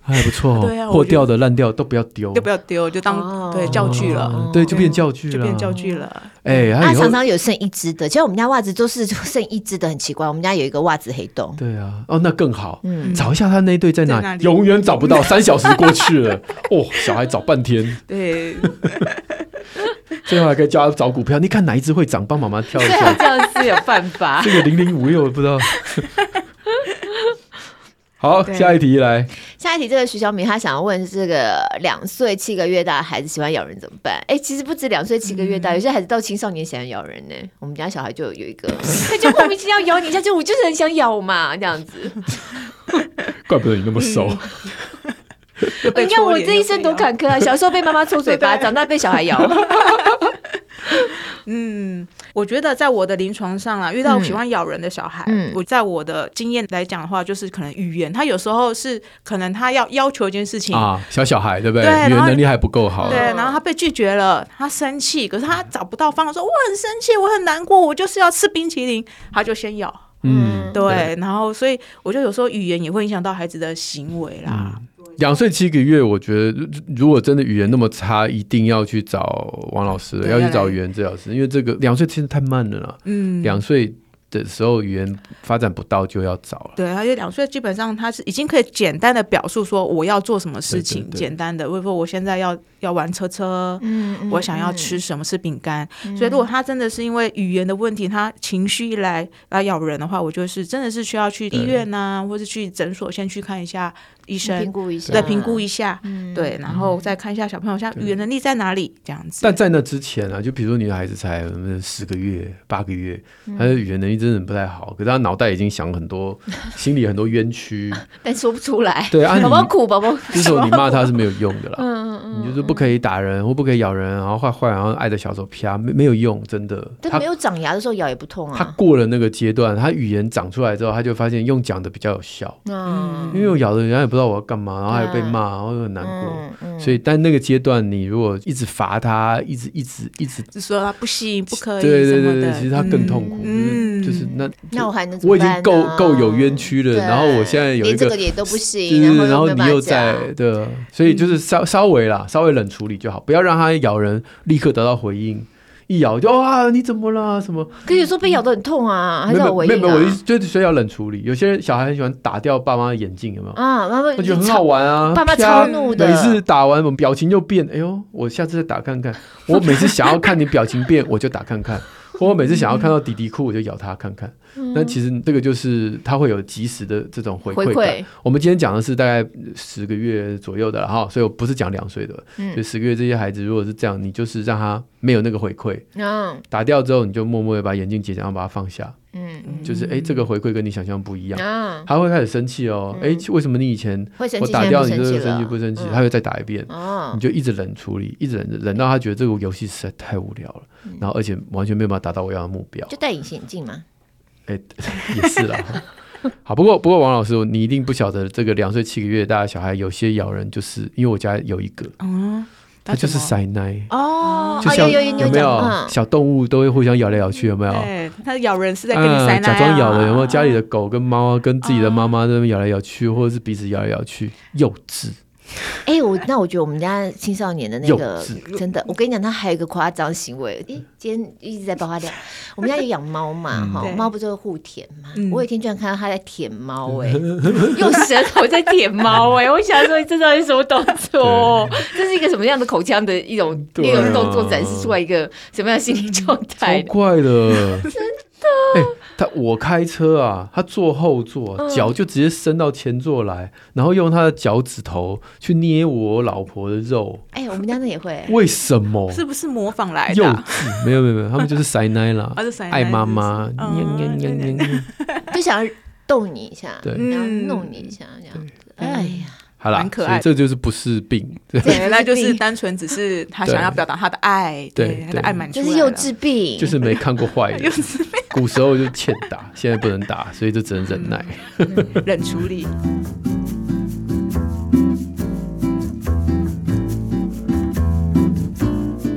S1: 还不错
S3: 对啊
S1: 哦。
S3: 我
S1: 破
S3: 觉得
S1: 掉的、烂掉的都不要丢，
S3: 就不要丢，就
S2: 哦
S3: 当对教具了，啊
S1: 嗯对，就变教具了，
S3: 哦就变教。具了。
S1: 哎，他
S2: 她
S1: 以后
S2: 常常有剩一只的，其实我们家袜子都是就剩一只的，很奇怪。我们家有一个袜子黑洞，
S1: 对啊，哦，那更好，
S2: 嗯
S1: 找一下他那一对在哪，
S3: 在哪里
S1: 永远找不 到，三小时过去了，哦，小孩找半天，
S3: 对，
S1: 最后还可以教他找股票，你看哪一只会涨，帮妈妈挑一
S2: 啊
S1: 下，
S4: 这样是有办法。
S1: 这个零零五六不知道。好，
S3: 对
S1: 下一题来，
S2: 下一题，这个徐小米他想要问这个两岁七个月大的孩子喜欢咬人怎么办？哎、其实不止两岁七个月大，有些孩子到青少年喜欢咬人呢、我们家小孩就有一 个，他就莫名其妙咬你一下，就我就是很想咬嘛，这样子。
S1: 怪不得你那么熟，
S2: 你看我这一生多坎坷啊！小时候被妈妈抽嘴巴，长大被小孩咬。
S3: 嗯，我觉得在我的临床上啦，遇到喜欢咬人的小孩，
S2: 嗯
S3: 我在我的经验来讲的话，就是可能语言，他有时候是可能他要要求一件事情。
S1: 啊，小小孩对不对？
S3: 嗯对
S1: 语
S3: 然
S1: 言
S3: 后
S1: 能力还不够好啊
S3: 对，，然后他被拒绝了，他生气，可是他找不到方法，说我很生气，我很难过，我就是要吃冰淇淋，他就先咬。
S1: 嗯，
S3: 对，然后所以我觉得有时候语言也会影响到孩子的行为啦。
S1: 两岁七个月，我觉得如如果真的语言那么差，一定要去找王老师了，
S3: 对
S1: 要去
S3: 要来
S1: 找语言治疗师，因为这个两岁其实太慢了啦。
S3: 嗯，
S1: 两岁的时候，语言发展不到就要早了。
S3: 对，而且两岁基本上他是已经可以简单的表述说我要做什么事情，
S1: 对对对
S3: 简单的，比如说我现在要要玩车车，
S2: 嗯嗯
S3: 我想要
S2: 嗯
S3: 吃什么是饼干。所以如果他真的是因为语言的问题，他情绪一来来咬人的话，我就是真的是需要去医院呐、或是去诊所先去看一下医
S2: 评
S3: 生，
S2: 估嗯一下，
S3: 对，评估
S2: 下。
S3: 一下，对，然后再看一下小朋友像语言能力在哪里这样子
S1: 但。在那之前啊，就比如说你的孩子才嗯十个月、八个月，
S2: 嗯
S1: 他的语言能力真的不太好，可是他脑袋已经想很 多，心里很多冤屈。
S2: 但说不出来。
S1: 对啊
S2: 宝宝
S1: 你
S2: 苦，宝宝
S1: 这时候你骂他是没有用的啦。
S2: 嗯嗯
S1: 你就是不可以打人，或不可以咬人，然后坏坏，然后爱的小手啪，没没有用，真的。
S2: 但
S1: 他
S2: 没有长牙的时候咬也不痛
S1: 他
S2: 啊。
S1: 过了那个阶段，他语言长出来之后，他就发现用讲的比较有效，
S2: 嗯
S1: 因为用咬的人家也不知道我要干嘛，然后还被
S2: 对啊
S1: 骂，然后又很难过。
S2: 嗯嗯
S1: 所以，但那个阶段，你如果一直罚他，一直一直一直，
S3: 就说他不行，不可以
S1: 对
S3: 什
S1: 对
S3: 么
S1: 对对，
S3: 的，
S1: 其实他更痛苦，
S3: 嗯
S1: 就是就是那
S2: 那我还能怎
S1: 我
S2: 么
S1: 已经
S2: 办呢？
S1: 够够有冤屈了，
S2: 对
S1: 然后我现在有一
S2: 连这
S1: 个
S2: 个也都不
S1: 就
S2: 行，
S1: 是
S2: 然
S1: 然
S2: 后
S1: 后
S2: 又
S1: 你
S2: 没
S1: 又
S2: 有办法
S1: 在
S2: 讲嗯
S1: 对啊，所以就是稍稍微啦，稍微冷处理就好，不要让它咬人立刻得到回应，一咬就哇你怎么啦什么？
S2: 可有时候被咬得很痛啊，还
S1: 没
S2: 是
S1: 有
S2: 要
S1: 没
S2: 回
S1: 有
S2: 应
S1: 没有，我的意
S2: 啊
S1: 思。就是所以要冷处理。有些人小孩很喜欢打掉爸妈的眼镜，有没有？
S2: 啊，妈妈
S1: 那就很好玩啊！
S2: 爸妈
S1: 啪
S2: 超怒的，
S1: 每次打完，我们表情就变。哎呦，我下次再打看 看。我每次想要看你表情变，我就打看看。或我每次想要看到弟弟哭，我就咬他看看。
S2: 嗯
S1: 那其实这个就是他会有及时的这种回
S2: 回
S1: 馈感
S2: 馈。
S1: 我们今天讲的是大概十个月左右的了哈，所以我不是讲两岁的，
S2: 嗯
S1: 所以十个月这些孩子如果是这样，你就是让他没有那个回馈，
S2: 嗯
S1: 打掉之后你就默默的把眼镜解然后把它放下，
S2: 嗯
S1: 就是哎、诶这个回馈跟你想象不一样，
S2: 嗯，
S1: 他会开始生气哦，哎、为什么你以前
S2: 会生
S1: 我
S2: 气，
S1: 打
S2: 现在
S1: 掉
S2: 不
S1: 你
S2: 生
S1: 这
S2: 气
S1: 个
S2: 了
S1: 生气不生气，
S2: 嗯
S1: 他会再打一遍，
S2: 哦
S1: 你，就一直冷处理，一直冷冷到他觉得这个游戏实在太无聊了，然后而且完全没有办法达到我要的目标
S2: 嗯就，戴隐形眼镜嘛。
S1: 哎、也是啦。 好，不过不过王老师，你一定不晓得这个两岁七个月大的小孩有些咬人，就是因为我家有一个，
S3: 嗯，
S1: 它就是
S3: 啥？
S1: 塞奶，
S3: 哦，
S1: 就
S2: 哦
S1: 像
S2: 有有有你有
S1: 没有
S2: 讲嗯
S1: 小动物都会互相咬来咬去，有没有？
S3: 对，他咬人是在跟你塞奶、啊
S1: 啊嗯假装咬了，有没有？家里的狗跟猫啊，跟自己的妈妈在那边咬来咬去，或者是彼此咬来咬去，幼 稚。
S2: 哎，我那我觉得我们家青少年的那
S1: 幼
S2: 个
S1: 稚
S2: 真的，我跟你讲，他还有一个夸张行为。诶，今天一直在爆他 料。我们家有养猫
S1: 嗯
S2: 嘛，哈
S3: 对，
S2: 猫不是会互舔嘛？
S3: 嗯
S2: 我有一天居然看到他在舔猫， 哎，
S4: 用舌头在舔猫哎、我想说这到底是什么动 作？这是一个什么样的口腔的一种
S1: 对
S4: 一
S1: 啊
S4: 种动作，展示出来一个什么样的心理状态
S1: 超？怪 的，真的。哎、他我开车啊，他坐后座，脚就直接伸到前座来，然后用他的脚趾头去捏我老婆的肉，
S2: 哎，我们家那也会。
S1: 为什么？
S3: 是不是模仿来
S1: 幼
S3: 的啊？
S1: 稚，没有没有没有，他们就是塞奶啦
S3: ，啊是塞奶嗯
S1: 爱妈妈，
S3: 是不是
S1: 娘娘娘娘
S3: 嗯
S1: 娘。
S2: 就想要逗你一下，
S1: 对
S2: 然后弄你一下这样子。哎呀，
S1: 好啦
S3: 蛮，可
S1: 所
S3: 爱
S1: 以这就是不是病， 对
S3: 对，那就是单纯只是他想要表达他的爱，
S1: 对
S3: 对，
S1: 对
S3: 他的爱满出
S2: 这
S3: 来了
S2: 是幼，稚病，
S1: 就是没看过坏 人
S3: 幼。稚
S1: 古时候就欠打，现在不能打，所以就只能忍耐。
S3: 嗯冷处理。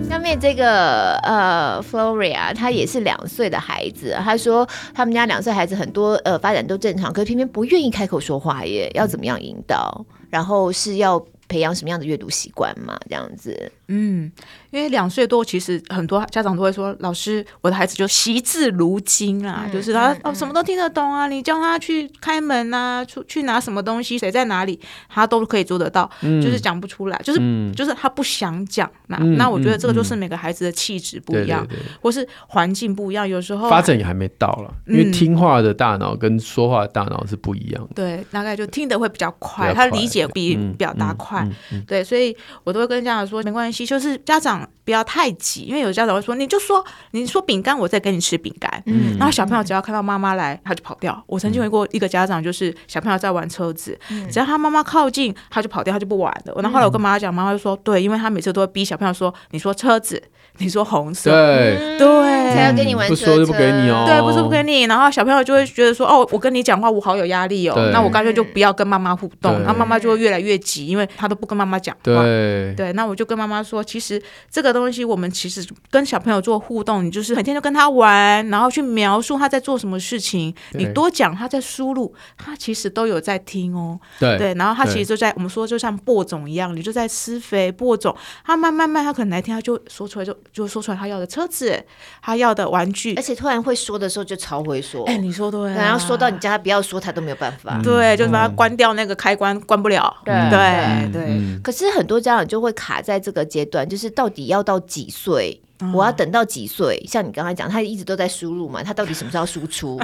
S2: 下面这个呃，Floria 她也是两岁的孩子，她说他们家两岁孩子很多呃发展都正常，可是偏偏不愿意开口说话耶，要怎么样引导？然后是要培养什么样的阅读习惯嘛？这样子，
S3: 嗯，因为两岁多，其实很多家长都会说，老师，我的孩子就惜字如金啊，
S2: 嗯
S3: 就是他、哦什么都听得懂啊，你叫他去开门啊，出去拿什么东西，谁在哪里，他都可以做得到，就是讲不出来，就是、就是他不想讲那、
S1: 嗯
S3: 那我觉得
S1: 嗯
S3: 这个就是每个孩子的气质不
S1: 对
S3: 一
S1: 对
S3: 样，
S1: 对，
S3: 或是环境不一样，有时候
S1: 发展也还没到了，因
S3: 嗯
S1: 为听话的大脑跟说话的大脑是不一样的。
S3: 对，大概就听得会比较快，
S1: 比较
S3: 他
S1: 快
S3: 理解比
S1: 嗯
S3: 表达快，
S1: 嗯嗯嗯
S3: 对，所以我都会跟家长说，没关系，就是家长不要太急，因为有家长会说，你就说你说饼干，我再给你吃饼干。
S2: 嗯
S3: 然后小朋友只要看到妈妈
S1: 嗯
S3: 来，他就跑掉。我曾经有过一个家长，就是小朋友在玩车子，
S1: 嗯
S3: 只要他妈妈靠近，他就跑掉，他就不玩了。然后后来我跟妈妈讲，妈妈就说，对，因为他每次都会逼小朋友说，你说车子，你说红色，
S1: 对，嗯
S3: 对，
S2: 才要跟你玩
S1: 不
S2: 车
S1: 说就不给你哦。
S3: 对，不是不跟你，然后小朋友就会觉得说，哦，我跟你讲话，我好有压力哦
S1: 对，
S3: 那我干脆就不要跟妈妈互动
S1: 对，
S3: 那妈妈就会越来越急，因为她都不跟妈妈讲话。
S1: 对
S3: 对，那我就跟妈妈说，其实这个东西，我们其实跟小朋友做互动，你就是每天就跟他玩，然后去描述他在做什么事情，
S1: 对
S3: 你多讲他在输入，他其实都有在听哦。
S1: 对
S3: 对，然后他
S1: 对
S3: 其实就在我们说就像播种一样，你就在施肥播种，他慢慢慢，他可能哪一天他就说出来就就说出来他要的车子，他要的玩具
S2: 而。且突然会说的时候就超会说，
S3: 哎、你说对、啊，
S2: 然后说到你叫他不要说，他都没有办法。
S3: 对，就把它关掉那个开关，关不了。
S2: 对
S3: 嗯对对，
S1: 嗯，
S2: 可是很多家长就会卡在这个阶段，就是到底要到几岁？
S3: 嗯
S2: 我要等到几岁？像你刚才讲，他一直都在输入嘛，他到底什么时候输 出？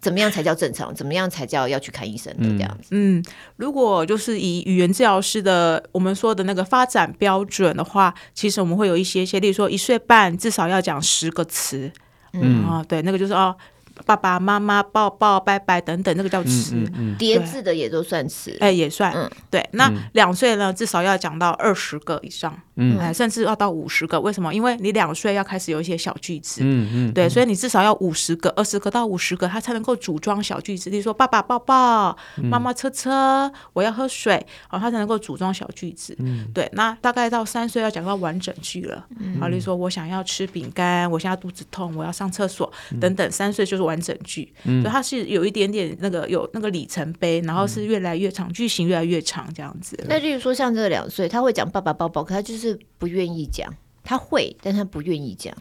S2: 怎么样才叫正常？怎么样才叫要去看医生的这样子？
S3: 嗯，如果就是以语言治疗师的我们说的那个发展标准的话，其实我们会有一些些，例如说一岁半至少要讲十个词。嗯啊、对，那个就是哦，爸爸妈妈抱抱拜拜等等，那个叫词。
S1: 嗯
S2: 叠字的也都算词，
S3: 嗯哎，也算，
S2: 嗯
S3: 对。那两岁呢，至少要讲到二十个以上，嗯，哎，甚至要到五十个。为什么？因为你两岁要开始有一些小句子，嗯嗯，对，所以你至少要五十个，二十个到五十个，他才能够组装小句子。例如说，爸爸抱抱，妈妈车车，我要喝水，哦，他才能够组装小句子。嗯，对。那大概到三岁要讲到完整句了，啊，例如说我想要吃饼干，我现在肚子痛，我要上厕所等等，三岁就是完整句。所以它是有一点点那个有那个里程碑，然后是越来越长，句型越来越长这样子。
S2: 那例如说像这个两岁，他会讲爸爸抱抱，可他就是不愿意讲，他会，但他不愿意讲，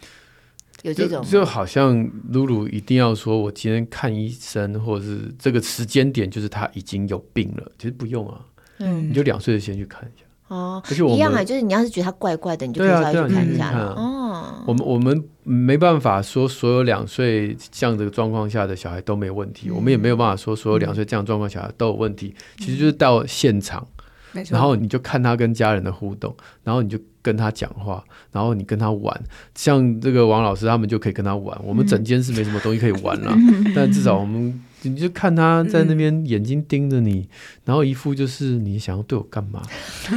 S2: 有这
S1: 就
S2: 种
S1: 就好像露露一定要说，我今天看医生，或者是这个时间点，就是他已经有病了，其实不用啊，
S2: 嗯
S1: 你就两岁的先去看一下。
S2: 哦
S1: 而且我
S2: 一样啊，
S1: 们
S2: 就是你要是觉得他怪怪的，你就可以
S1: 对啊
S2: 稍
S1: 对
S2: 微
S1: 啊
S2: 去看
S1: 你
S2: 一
S1: 就
S2: 下
S1: 去看
S3: 嗯
S2: 了。
S1: 啊
S2: 哦，
S1: 我们我们没办法说所有两岁这样的状况下的小孩都没问题，我们也没有办法说所有两岁这样的状况下都有问题。其实就是到现场，
S3: 没
S1: 然后你就看他跟家人的互动，然后你就跟他讲话，然后你跟他玩。像这个王老师他们就可以跟他玩，我们整间是没什么东西可以玩了，但至少我们。你就看他在那边眼睛盯着你，然后一副就是你想要对我干嘛？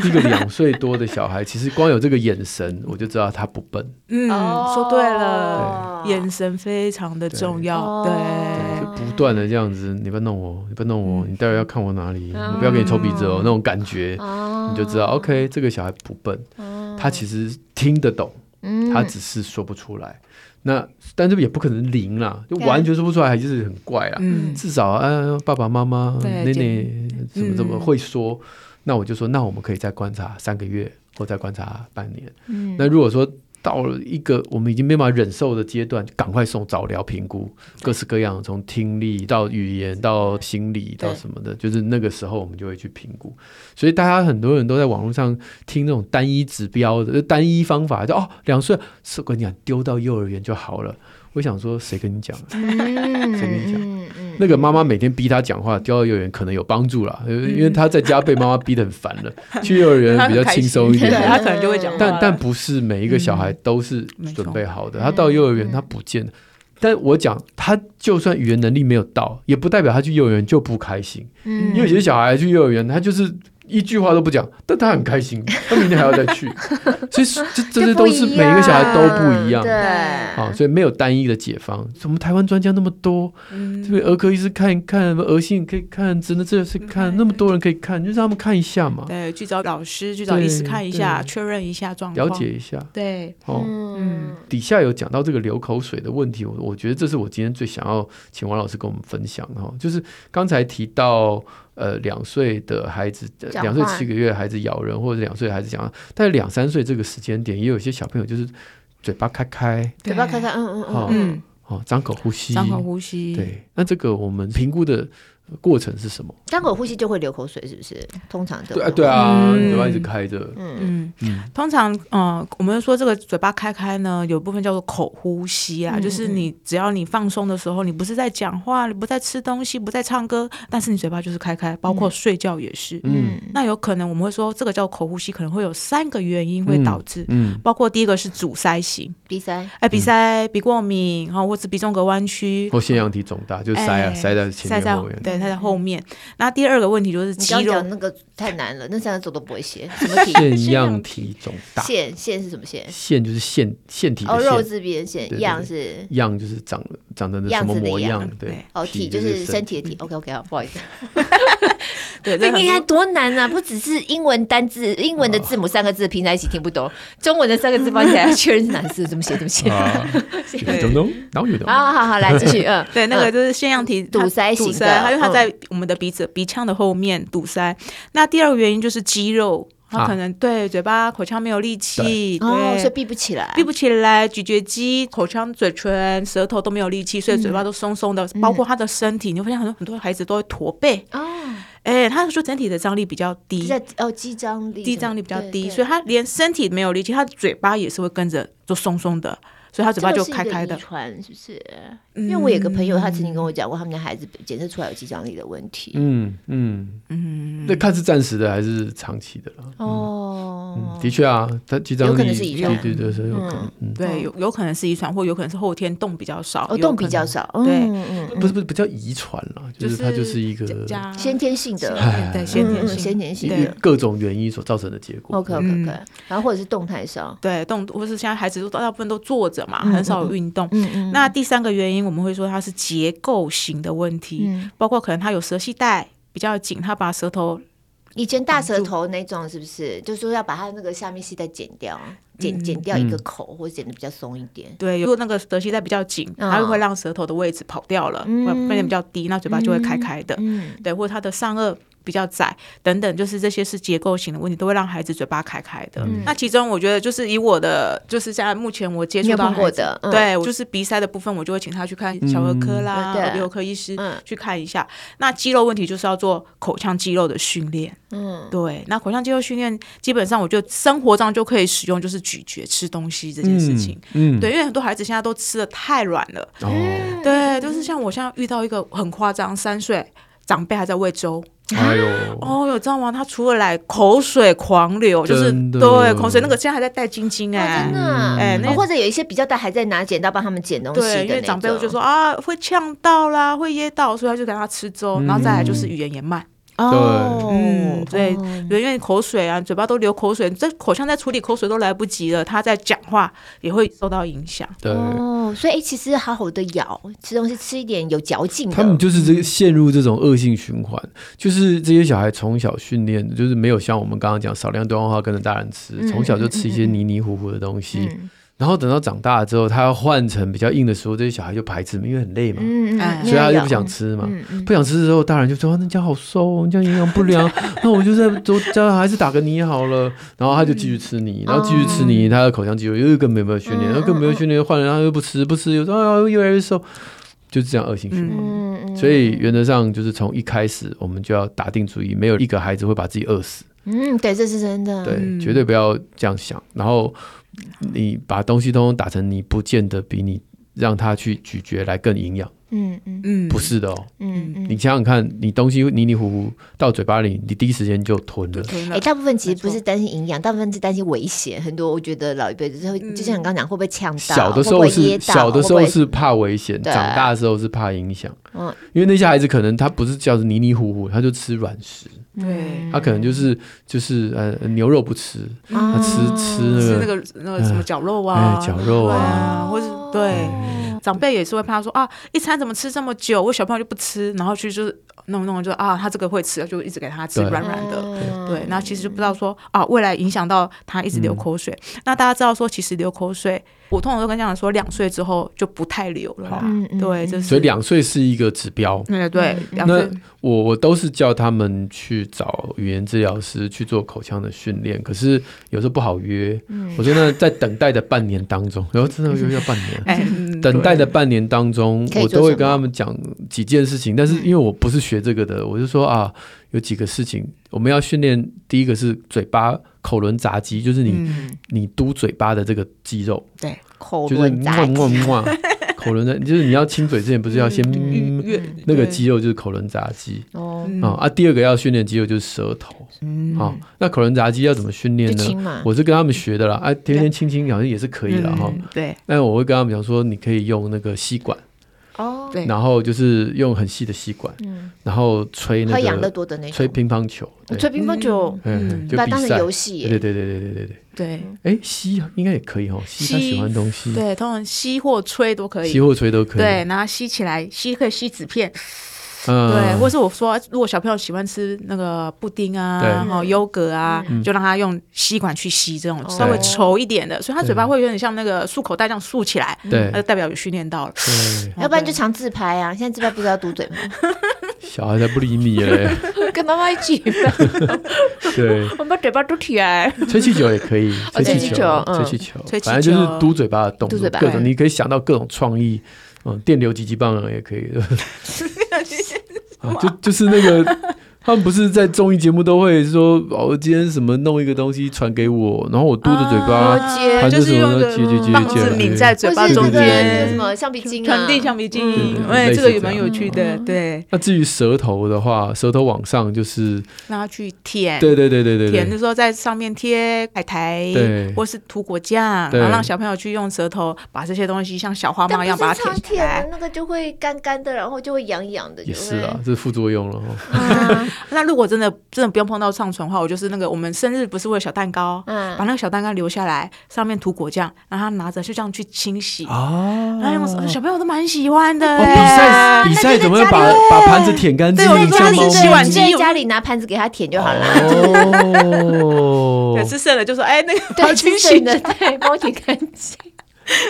S1: 一个两岁多的小孩，其实光有这个眼神，我就知道他不笨。
S3: 嗯，
S2: 哦
S3: 说对了，
S2: 对
S3: 眼神非常的重要。
S2: 对
S3: 对，嗯
S1: 就
S2: 哦
S1: 不断的这样子，你不要弄我，你不要弄我，你待会要看我哪里，我不要给你抽鼻子哦，那种感觉，你就知道
S3: 哦
S1: ，OK，这个小孩不笨，
S3: 嗯
S2: 哦
S1: 他其实听得懂，
S2: 嗯
S1: 他只是说不出来。那但是也不可能零啦，就完全说不出来，还是很怪啦。
S3: 嗯，
S1: 至少啊，爸爸妈妈、
S3: 对
S1: 奶
S3: 姐
S1: 奶怎么怎么
S3: 嗯
S1: 会说，那我就说，那我们可以再观察三个月，或再观察半年。
S2: 嗯
S1: 那如果说到了一个我们已经没办法忍受的阶段，赶快送早疗评估，各式各样，从听力到语言到心理
S3: 对
S1: 到什么的，就是那个时候我们就会去评估。所以大家很多人都在网络上听那种单一指标的、就单一方法，就哦两岁是我跟你讲丢到幼儿园就好了。我想说，谁跟你讲啊？
S2: 嗯
S1: 谁跟你讲？
S2: 嗯嗯
S1: 那个妈妈每天逼他讲话，丢到幼儿园可能有帮助啦，呃因为他在家被妈妈逼得很烦了，去幼儿园比较轻松一点
S3: 对
S1: 点。
S3: 他可能就会讲话了。
S1: 但但不是每一个小孩都是
S3: 嗯没错嗯
S1: 准备好的，他到幼儿园他不见得。但我讲，他就算语言能力没有到，也不代表他去幼儿园就不开心。
S2: 嗯
S1: 因为有些小孩去幼儿园，他就是一句话都不讲，但他很开心，他明天还要再 去。所以这这些都是每一个小孩都不一样。
S2: 对，
S1: 啊，所以没有单一的解方。我们台湾专家那么多，
S3: 嗯
S1: 这边儿科医师看一看，儿性可以看，真的这是
S3: 嗯
S1: 看，那么多人可以看，就让他们看一下嘛，
S3: 对，去找老师，去找
S1: 对
S3: 医师看一下，
S1: 对
S3: 确认一下状况。
S1: 了解一下。
S3: 对，
S1: 哦，
S2: 嗯
S1: 底下有讲到这个流口水的问题，我我觉得这是我今天最想要请王老师跟我们分享的哈、就是刚才提到呃两岁的孩子，呃
S2: 讲话
S1: 两岁七个月的孩子咬人，或者两岁的孩子讲话，但是两三岁这个时间点，也有一些小朋友就是嘴巴开开，
S2: 嘴巴开开，嗯嗯嗯
S1: 好
S2: 嗯，
S3: 嗯，
S1: 哦，张口呼吸，
S3: 张口呼吸。
S1: 对，那这个我们评估的呃过程是什么？
S2: 张口呼吸就会流口水，是不是？通常都
S1: 对啊，对啊，
S3: 嗯
S1: 你嘴巴一直开着，
S2: 嗯
S3: 嗯
S1: 嗯，
S3: 通常，呃，我们说这个嘴巴开开呢，有部分叫做口呼吸啦，
S2: 嗯
S3: 就是你只要你放松的时候，你不是在讲话，你不在吃东西，不在唱歌，但是你嘴巴就是开开，包括睡觉也是。
S1: 嗯
S3: 那有可能我们会说这个叫口呼吸，可能会有三个原因会导致，
S1: 嗯
S3: 包括第一个是阻塞型，
S2: 鼻塞，
S3: 哎，鼻塞、鼻过敏，然后或是鼻中隔弯曲。
S1: 或腺样体肿大，就塞啊，
S3: 哎
S1: 塞在
S3: 塞
S1: 前
S3: 在
S1: 面后面。
S3: 对，塞在后面。那第二个问题就是
S2: 嗯你
S3: 肌
S2: 刚刚
S3: 肉
S2: 讲那个太难了，那三个字我都不会 写，什么体？
S1: 腺样体肿大，
S2: 线线是什么线？
S1: 腺就是腺腺体
S2: 哦，肉
S1: 的腺，
S2: 字边的线，
S1: 对
S2: 样是
S1: 样就是长长成什
S2: 样
S1: 么
S2: 子的
S1: 模
S2: 样
S1: 对
S3: 对，
S2: 哦，体就是身
S1: 身。
S2: 体的体。OK OK，好，不好意思，
S3: 对，
S2: 这
S3: 这很
S2: 你看
S3: 多
S2: 多难啊！不只是英文单字、英文的字母三个字拼在一起听不懂，中文的三个字放起来确认是哪个字，怎么写怎么写。
S1: 啊
S3: 对
S1: don't know, now you
S2: 好
S1: know。
S2: 好好好，来继续， 嗯，
S3: 对，那个就是腺样体它
S2: 堵塞型
S3: 堵
S2: 的嗯
S3: 塞，它因为它在我们的鼻子、鼻腔的后面堵塞。那第二个原因就是肌肉，
S1: 啊
S3: 它可能、对嘴巴、口腔没有力气，对，
S2: 哦，所以闭不起来，
S3: 闭不起来，咀嚼肌、口腔、嘴唇、舌头都没有力
S2: 嗯
S3: 气，所以嘴巴都松松的，包括他的身体，你会发现很多很多孩子都会驼背，
S2: 哦，
S3: 哎、他说整体的张力比较低，
S2: 在哦肌张力，
S3: 肌张力比较低，所
S2: 所以
S3: 以他连身体没有力气，他嘴巴也是会跟着就松松的，所以他嘴巴就开开的
S2: 遗。传是不是？因为我有个朋友，他曾经跟我讲过，他们家孩子检测出来有肌张力的问题。
S1: 嗯嗯嗯，那看是暂时的还是长期的了？
S2: 哦，
S1: 的确啊，它肌张
S2: 有可能
S1: 力，
S2: 是遗
S1: 对
S2: 传
S1: 对对，是有可能。嗯，
S3: 对，有有可能是遗传，或有可能是后天动比较少，
S2: 哦，
S3: 有可
S2: 动比较
S3: 能
S2: 少，
S3: 对
S2: 嗯嗯，
S1: 不是不是，不叫遗传啦，就是它就是一个
S3: 加
S2: 先天性的，
S3: 对先
S2: 嗯
S3: 天
S2: 嗯先
S3: 性。
S2: 天性
S1: 一
S2: 的
S1: 个。
S2: 哦
S1: 各种原因所造成的结果。
S2: OK OK OK，然后或者是动态上，
S3: 对，动或是现在孩子都大部分都坐着嘛，很少有运动。
S2: 嗯嗯，
S3: 那第三个原因，我们会说它是结构型的问题，
S2: 嗯
S3: 包括可能它有舌系带比较紧，它把舌头
S2: 以前大舌头那种是不是？就说要把它那个下面系带剪掉，剪剪掉一个口，或者剪的比较松一点。
S3: 对，如果那个舌系带比较紧，
S2: 啊
S3: 它会让舌头的位置跑掉了，会变得比较低，那嘴巴就会开开的。
S2: 嗯，
S3: 对，或者它的上颚比较窄等等，就是这些是结构型的问题，都会让孩子嘴巴开开的。
S2: 嗯
S3: 那其中我觉得就是以我的，就是现在目前我接
S2: 你
S3: 触
S2: 有
S3: 到
S2: 碰过
S3: 孩子
S2: 的嗯
S3: 对，我就是鼻塞的部分，我就会请他去看小儿科
S2: 嗯
S3: 啦、
S2: 对
S3: 耳鼻喉科医师、
S2: 嗯
S3: 去看一下。那肌肉问题就是要做口腔肌肉的训练。
S2: 嗯，
S3: 对，那口腔肌肉训练基本上我觉得生活上就可以使用，就是咀嚼、吃东西这件事情。
S1: 嗯，
S3: 对，因为很多孩子现在都吃的太软了，
S1: 哦，
S3: 对，就是像我现在遇到一个很夸张，三岁长辈还在喂粥。
S2: 嗯
S1: 哎呦，
S3: 哦哟，知道吗？他除了来口水狂流，就是
S1: 真的
S3: 对口水那个现在还在带晶晶哎
S2: 真、的啊，
S3: 哎
S2: 哦
S3: 那
S2: 或者有一些比较大还在拿剪刀帮他们剪东西的
S3: 对，因为
S2: 那
S3: 长辈
S2: 种
S3: 就说啊会呛到啦，会噎到，所以他就给他吃粥，然后再来
S1: 嗯
S3: 就是语言也慢，
S2: 哦，
S3: 嗯，对，
S2: 哦
S3: 因为口水啊，嘴巴都流口水，这口腔在处理口水都来不及了，他在讲话也会受到影响。
S1: 对。
S2: 哦，所以哎其实好好的咬吃东西，吃一点有嚼劲的。
S1: 他们就是这个陷入这种恶性循环，就是这些小孩从小训练的，就是没有像我们刚刚讲少量多样化跟着大人吃，从小就吃一些泥泥糊糊的东西，
S2: 嗯
S1: 然后等到长大之后，他要换成比较硬的时候，这些小孩就排斥嘛，因为很累嘛，
S2: 嗯
S3: 哎
S2: 嗯，
S1: 所以他就不
S2: 咬
S1: 想吃嘛。
S2: 嗯嗯
S1: 不想吃的时候，大人就说：“啊那家好馊哦，你这样营养不良。”那我就在都家还是打个泥好了。然后他就继续吃泥，然
S2: 哦
S1: 后继续吃泥，他的口腔肌肉又更没有训练，
S2: 嗯
S1: 然后更没有训练，换了他又不吃，不吃又说：“哎呀，越来越瘦。”就是这样恶性循环。
S2: 嗯嗯，
S1: 所以原则上就是从一开始我们就要打定主意，没有一个孩子会把自己饿死，
S2: 嗯，对，这是真的。
S1: 对，
S3: 嗯
S1: 绝对不要这样想。然后你把东西通通打成泥，不见得比你让他去咀嚼来更营养，
S2: 嗯嗯
S3: 嗯，
S1: 不是的哦。
S2: 嗯嗯
S1: 你。想想看，你东西泥泥糊糊到嘴巴里，你第一时间就吞了。
S3: 吞
S2: 哎、
S3: 了，
S2: 大部分其实
S3: 没
S2: 不
S3: 错
S2: 是担心营养，大部分是担心危险。很多我觉得老一辈就是会，就像你刚刚讲，会不会呛到，
S1: 小的时
S2: 会
S1: 候
S2: 不会噎
S1: 是
S2: 到
S1: 小的时
S2: 会
S1: 候
S2: 不会
S1: 是怕危险，
S2: 对
S1: 长大的时候是怕影响。
S2: 嗯
S1: 因为那些孩子可能他不是叫泥泥糊糊，他就吃软食，
S3: 对，
S1: 他可能就是就是呃牛肉不吃，
S2: 啊
S1: 他吃吃
S3: 吃
S1: 那
S3: 嗯那
S1: 个
S3: 个那个什么绞肉啊
S1: 哎，绞肉
S3: 对
S1: 啊，
S3: 啊，或是对。
S2: 哦
S3: 长辈也是会怕说啊，一餐怎么吃这么久？我小朋友就不吃，然后去就是弄弄就啊，他这个会吃，就一直给他吃
S1: 对
S3: 软软的。
S2: 嗯
S3: 对，那其实就不知道说啊，未来影响到他一直流口水。那大家知道说，其实流口水，我通常都跟家长说，两岁之后就不太流了啦。
S2: 嗯嗯
S3: 对，
S2: 嗯
S3: 就是
S1: 所以两岁是一个指标。
S3: 对对两
S1: 那
S3: 岁
S1: 我我都是叫他们去找语言治疗师去做口腔的训练，可是有时候不好约。
S3: 嗯
S1: 我说那在等待的半年当中， 然后真的约要半年。
S3: 哎，嗯
S1: 等待
S3: 对
S1: 的半年当中，
S2: 可以
S1: 我
S2: 做
S1: 都会
S2: 什
S1: 跟
S2: 么
S1: 他们讲几件事情，但
S3: 嗯
S1: 是因为我不是学这个的，我就说啊，有几个事情我们要训练。第一个是嘴巴口轮匝肌，就是你、
S3: 嗯
S1: 你嘟嘴巴的这个肌肉，
S2: 口
S1: 就是
S2: 轮 匝肌，
S1: 哇哇，口轮匝，就是你要亲嘴之前不是要先
S3: 嗯越
S1: 那个
S3: 对
S1: 肌肉就是口轮匝肌
S2: 哦，
S3: 嗯
S1: 啊啊，第二个要训练肌肉就是舌头啊。那口轮匝肌要怎么训练
S2: 就
S1: 呢？
S2: 亲嘛。
S1: 我是跟他们学的啦，啊，天天亲亲好像也是可以了哈。
S3: 嗯对
S1: 但我会跟他们讲说，你可以用那个吸管，
S2: 哦，
S3: 对，
S1: 然后就是用很细的吸管，
S2: 嗯，
S1: 然后吹
S2: 喝
S1: 那
S2: 养乐
S1: 个
S2: 多的那种，
S1: 吹乒乓球，对
S2: 吹乒乓球，
S1: 嗯，
S3: 嗯
S1: 就
S2: 把它
S1: 比
S2: 当成
S1: 赛。
S2: 游戏
S1: 对
S2: 耶。
S1: 对对对对对对，
S3: 对
S1: 哎，吸应该也可以哈，哦吸他
S3: 吸
S1: 喜欢东西，
S3: 对，通常吸或吹都可以
S1: 吸。或吹都可以。
S3: 对，然后吸起来，吸可以吸纸片，
S1: 嗯，
S3: 对，或是我说，如果小朋友喜欢吃那个布丁
S1: 对嗯
S3: 啊，哦，优格啊，就让他用吸管去吸这种稍微稠一点的，所以他嘴巴会有点像那个束口袋这样束起来，
S1: 对
S3: 那就代表有训练到了。哦
S1: 对，
S2: 要不然就常自拍啊！现在自拍不知道嘟嘴 吗？
S1: 小孩才不理你嘞。
S4: 跟妈妈一 起，
S1: 对，
S4: 我们把嘴巴嘟起 来。
S1: 吹气球也可以，
S3: 哦
S1: 吹
S4: 吹
S1: 气
S4: 气
S1: 球
S4: 球，
S1: 吹
S4: 嗯
S1: 气球，
S3: 吹气
S1: 反正就是
S3: 球
S1: 嘟嘴巴的动
S2: 嘟
S1: 作，
S2: 嘴巴
S1: 各种
S3: 对
S1: 你可以想到各种创意。嗯，电流击击棒也可 以，啊、就就是那个，他们不是在综艺节目都会说，哦，今天什么弄一个东西传给我，然后我嘟着嘴巴，
S3: 啊
S2: 接
S1: 还
S3: 就是是
S1: 什么
S3: 用一
S1: 接接接
S3: 个棒子
S1: 接
S3: 抿在嘴
S2: 或
S3: 巴
S2: 是
S3: 中
S2: 那个
S1: 对
S2: 什
S3: 间，
S2: 么橡皮筋啊，嗯哦
S3: 传递橡皮筋
S1: 对，嗯类
S3: 哎，
S1: 似
S3: 这个
S1: 这
S3: 也蛮
S1: 样
S3: 有趣的，对，
S1: 那至于舌头的话，舌头往上就是，
S3: 让他去舔。
S1: 对对对对对
S3: 舔
S1: 对
S3: 的时候在上面贴海苔
S1: 对，
S3: 或是涂果酱，
S1: 对
S3: 然后让小朋友去用舌头把这些东西像小花猫
S2: 但
S3: 一样
S2: 不
S3: 啊把
S2: 是
S3: 它
S2: 常
S3: 舔起
S2: 舔
S3: 来
S2: 的。那个就会干干的，然后就会痒痒的，
S1: 也
S2: 就是会
S1: 啊，这是副作用了哦。
S3: 那如果真的真的不用碰到上唇的话，我就是那个我们生日不是会有小蛋糕，把
S2: 嗯，
S3: 那个小蛋糕留下来，上面涂果酱，然后他拿着就这样去清洗，哎
S1: 啊
S3: 然后用手小朋友都蛮喜欢的、
S1: 哦，比赛比赛怎么会把把盘子舔干净？
S3: 对我
S1: 像
S3: 就
S1: 猫
S3: 说那
S1: 咪
S3: 是啊洗碗
S2: 你
S3: 机
S2: 就在家里拿盘子给他舔就好了。
S1: 哦
S3: 对，，吃剩了就说哎那个
S4: 对，
S3: 清
S4: 清
S3: 洗
S4: 醒的，对，帮我舔干 净。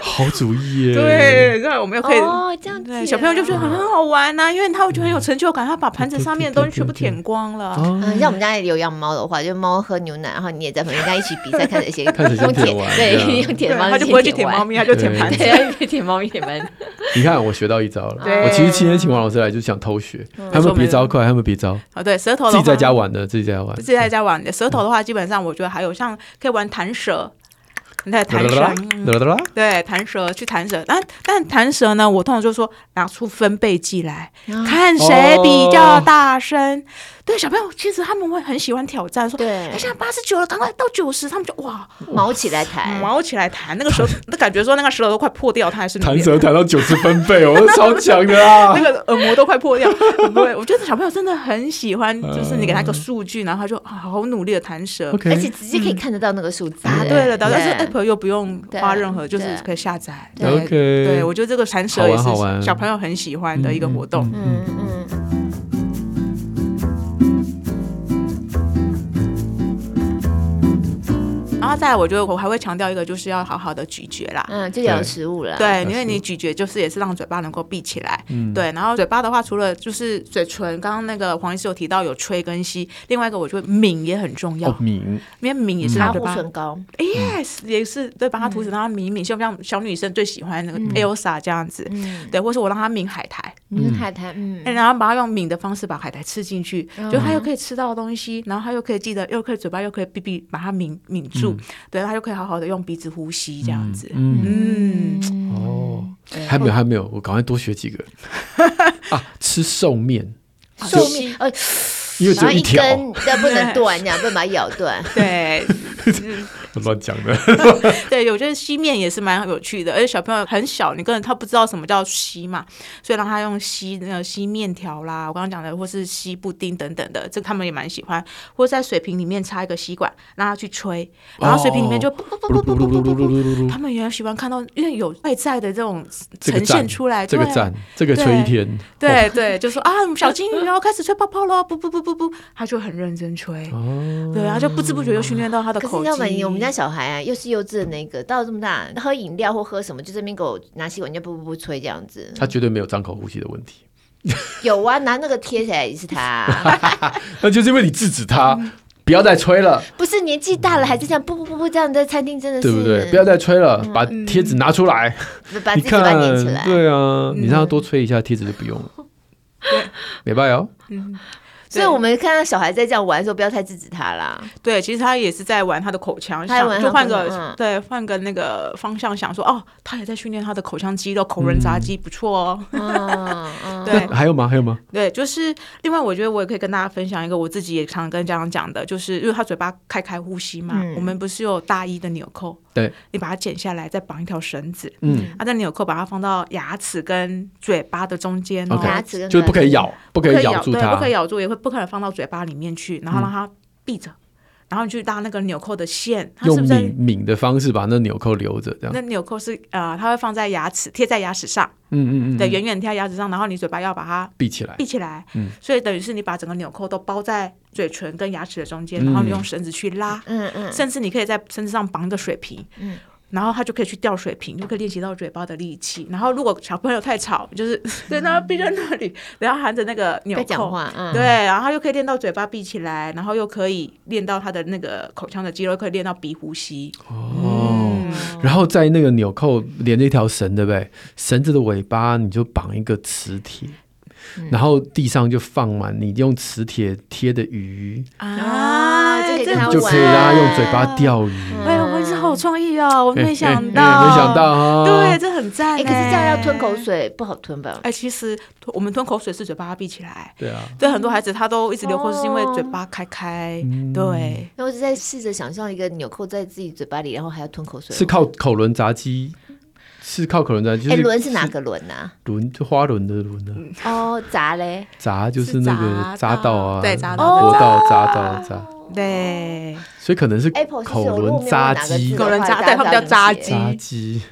S1: 好主意耶！
S3: 对，然后我们又可以。
S2: 哦，这样子啊
S3: 对，小朋友就觉得很很好玩呐、因为他会觉得很有成就感，他把盘子上面的东西全部舔光了。
S1: 啊，
S2: 嗯，像我们家里有养猫的话，就猫喝牛奶，然后你也在旁边跟它一起比赛，看 谁先
S1: 看谁先
S2: 用
S1: 舔
S2: 舔
S1: 完这样
S2: 对，用
S3: 对，
S2: 舔猫，
S3: 他就不会去舔
S2: 完
S3: 猫。咪，他就 舔盘子。
S4: 对，可以舔猫咪舔猫咪。
S1: 你看我学到一招了。
S3: 对
S1: 我其实今天请王老师来就是想偷学，还有没有别招？快，还有没有别招？
S3: 哦，对，舌头的
S1: 自己在
S3: 话
S1: 家玩的，自己在家玩
S3: 自。己在家玩。舌头的话，基本上我觉得还有像可以玩弹舌，对，弹舌，嗯
S1: 啦啦啦，
S3: 对，弹舌去弹舌。但但弹舌呢，我通常就说拿出分贝计来，
S2: 啊
S3: 看谁比较大声。对，小朋友其实他们会很喜欢挑战，说。哎，
S2: 对，
S3: 现在八十九了，赶快到九十，他们就哇
S2: 毛起来弹，
S3: 毛起来弹，那个舌， 那感觉说那个舌头都快破掉，他还是努
S1: 弹
S3: 力
S1: 舌弹到九十分贝，我超强的啊
S3: 那！个耳膜都快 破掉。对，我觉得小朋友真的很喜欢，就是你给他一个数据，然后他就啊好努力的弹
S2: 而
S3: 舌。
S1: 嗯 OK，
S2: 且直接可以看得到那个数字。
S3: 答
S2: 哎
S3: 嗯啊对了，答对了，
S2: 对
S3: 但是 app 又不用花任何，
S2: 对
S3: 就是可以下载。
S1: 对 OK
S3: 对我觉得这个弹舌也是
S1: 好玩好玩
S3: 小朋友很喜欢的一个活动。
S2: 嗯嗯，
S3: 然后再来，我觉得我还会强调一个，就是要好好的咀嚼啦。
S2: 嗯，就咬食物了。，
S3: 对，因为你咀嚼就是也是让嘴巴能够闭起来，对。然后嘴巴的话，除了就是嘴唇，刚刚那个黄医师有提到有吹跟吸，另外一个我觉得抿也很重要
S1: 哦，，敏，
S3: 因为抿也是
S2: 擦
S3: 让嘴
S2: 护
S3: 巴哎
S2: 唇膏，
S3: Yes，也是对，帮他涂脂，让他抿一抿，像像小女生最喜欢那个 Elsa 这样子，
S2: 嗯，
S3: 对，或是我让他抿海苔，
S2: 嗯，海苔，嗯
S3: 哎，然后把它用抿的方式把海苔吃进去，就他又可以吃到的东西，然后他又可以记得，又可以嘴巴又可以闭闭把它抿抿住，对，他就可以好好的用鼻子呼吸这样子，
S1: 嗯，
S3: 嗯，
S1: 哦，还没有，还没有，我赶快多学几个啊！吃寿面，
S2: 寿面，呃，
S1: 因为只有
S2: 然后
S1: 一
S2: 一
S1: 条，
S2: 根，但不 能断，这样不能把它咬断。
S3: 对
S1: 我乱讲的。
S3: 对，我觉得吸面也是蛮有趣的，而且小朋友很小，你根本他不知道什么叫吸嘛，所以让他用吸那个吸面条啦，我刚刚讲的，或是吸布丁等等的，这个他们也蛮喜欢，或者在水瓶里面插一个吸管，让他去吹，然后水瓶里面就不不不不不不不不他们也很喜欢看到，因为有外在的这种
S1: 嗯这个
S3: 呈现
S1: 赞
S3: 出来，
S1: 这个
S3: 对
S1: 赞，这个吹一天，哦
S3: 对对，就说啊，小金鱼哦，开始吹泡泡喽，不不不不不，他就很认真吹，
S1: 哦
S3: 对，然后就不知不觉就训练到他的
S2: 可是
S3: 口技。
S2: 要么你我们家小孩啊，又是幼稚的那个，到这么大喝饮料或喝什么，就这边给我拿吸管就不不不吹这样子。
S1: 他绝对没有张口呼吸的问题。
S2: 有啊，拿那个贴起来也是他啊、
S1: 那就是因为你制止他，
S3: 嗯
S1: 不要再吹了，
S2: 不是年纪大了还是这样，不不不不这样，在餐厅
S3: 嗯
S2: 真的是
S1: 对不对？不要再吹了，把贴纸拿出来，
S2: 把
S1: 你
S2: 自己把
S1: 看
S2: 它粘起，来。
S1: 对啊，
S3: 嗯
S1: 你让他多吹一下，贴纸就不用了。没办法哦，
S2: 所以我们看到小孩在这样玩的时候，不要太制止他啦。
S3: 对，其实他也是在玩他的口腔，
S2: 他在玩
S3: 想就
S2: 他
S3: 换
S2: 的口
S3: 个、
S2: 腔嗯
S3: 对，换个那个方向想说，哦，他也在训练他的口腔肌肉，
S1: 嗯
S3: 口人杂技、不错哦。
S2: 嗯嗯，
S3: 对
S1: 还有吗？还有吗？
S3: 对，就是另外，我觉得我也可以跟大家分享一个我自己也常跟家长讲的，就是因为他嘴巴开开呼吸嘛，
S2: 嗯
S3: 我们不是有大衣的纽扣，
S1: 对，
S3: 你把它剪下来，再绑一条绳子，
S1: 嗯
S3: 啊，在纽扣把它放到牙齿跟嘴巴的中间哦
S1: OK
S2: 牙齿跟
S1: 就是不可以咬，不
S3: 不
S1: 可以
S3: 可以
S1: 咬
S3: 咬
S1: 住
S3: 对，
S1: 它嗯
S3: 不可。以咬住，也会不可能放到嘴巴里面去，然后让它闭着。然后你去拉那个纽扣的线，它是
S1: 用
S3: 不是
S1: 抿抿的方式把那纽扣留着，这样
S3: 那。纽扣是呃，它会放在牙齿，贴在牙齿上，
S1: 嗯嗯嗯，
S3: 对，远远贴在牙齿上，然后你嘴巴要把它
S1: 闭起来
S3: 闭。起来，
S1: 嗯
S3: 所以等于是你把整个纽扣都包在嘴唇跟牙齿的中
S1: 嗯
S3: 间，然后你用绳子去拉，
S2: 嗯嗯，
S3: 甚至你可以在身子上绑一个水瓶，然后他就可以去吊水瓶，就可以练习到嘴巴的力气。然后如果小朋友太吵，就是 对，那闭在那里，然后含着那个纽
S2: 在讲
S3: 扣。
S2: 话，嗯，
S3: 对，然后他又可以练到嘴巴闭起来，然后又可以练到他的那个口腔的肌肉，可以练到鼻呼吸。
S1: 哦，
S2: 嗯
S1: 然后在那个纽扣连着一条绳，对不对？绳子的尾巴你就绑一个磁铁，
S2: 嗯
S1: 然后地上就放满你用磁铁贴的鱼，
S2: 啊这可以跟他
S1: 就可以让它
S2: 玩
S1: 用嘴巴。钓鱼。
S3: 哎呦，我是好有创意哦，我
S1: 哎
S3: 没想
S1: 哎
S3: 到，
S1: 哎没想到哈。
S3: 对，，这很赞。
S2: 哎，
S3: 欸
S2: 可是这样要吞口。水不好吞吧？
S3: 哎，其实我们吞口水是嘴巴闭起来，
S1: 对啊，
S3: 对很多孩子他都一直流口水，是因为
S2: 哦
S3: 嘴巴开开。对，
S2: 那我就在试着想象一个纽扣在自己嘴巴里，然后还要吞口水。
S1: 是靠口轮闸机，是靠口轮闸机。
S2: 哎，
S1: 是
S2: 轮是哪个轮呐？
S1: 轮？就花轮的轮啊，
S2: 哦，砸嘞，
S1: 闸就是那个
S3: 是闸
S1: 匝道啊，
S3: 对闸道
S1: 国道、匝道、闸，
S3: 对，
S1: 所以可能是
S2: 哦 Apple 是
S1: 口
S2: 有如果
S1: 轮
S2: 没有
S1: 闸
S2: 哪个
S1: 机
S2: 字
S3: 口
S2: 的
S3: 轮
S2: 话
S3: 闸
S2: 大
S3: 对
S2: 家
S3: 他们
S2: 知道
S3: 叫
S2: 怎么
S3: 闸
S2: 写
S3: 机
S1: 闸机，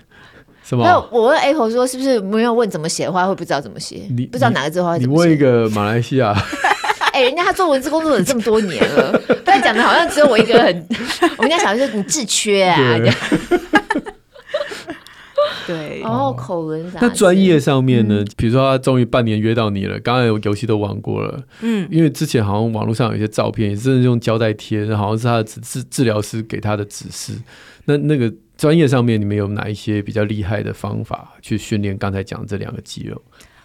S1: 什
S2: 那
S1: 么？
S2: 我问 Apple 说，是不是没有问怎么写的话，会不知道怎么写
S1: 你，
S2: 不知道哪个字的话会
S1: 你
S2: 怎么
S1: 问一
S2: 写？
S1: 个马来 西亚，
S2: 哎，人家他做文字工作者这么多年 了，不然讲的好像只有我一个很，我们家小孩说你自缺啊。这
S1: 对
S2: 样，
S3: 对，
S2: 哦，口轮杂
S1: 那
S2: 志。
S1: 专业上面
S2: 嗯
S1: 呢？比如说他终于半年约到你了，刚才游戏都玩过了，
S3: 嗯，
S1: 因为之前好像网络上有一些照片，也是用胶带贴，好像是他的治治治疗师给他的指示。那那个专业上面，你们有哪一些比较厉害的方法去训练刚才讲的这两个肌肉？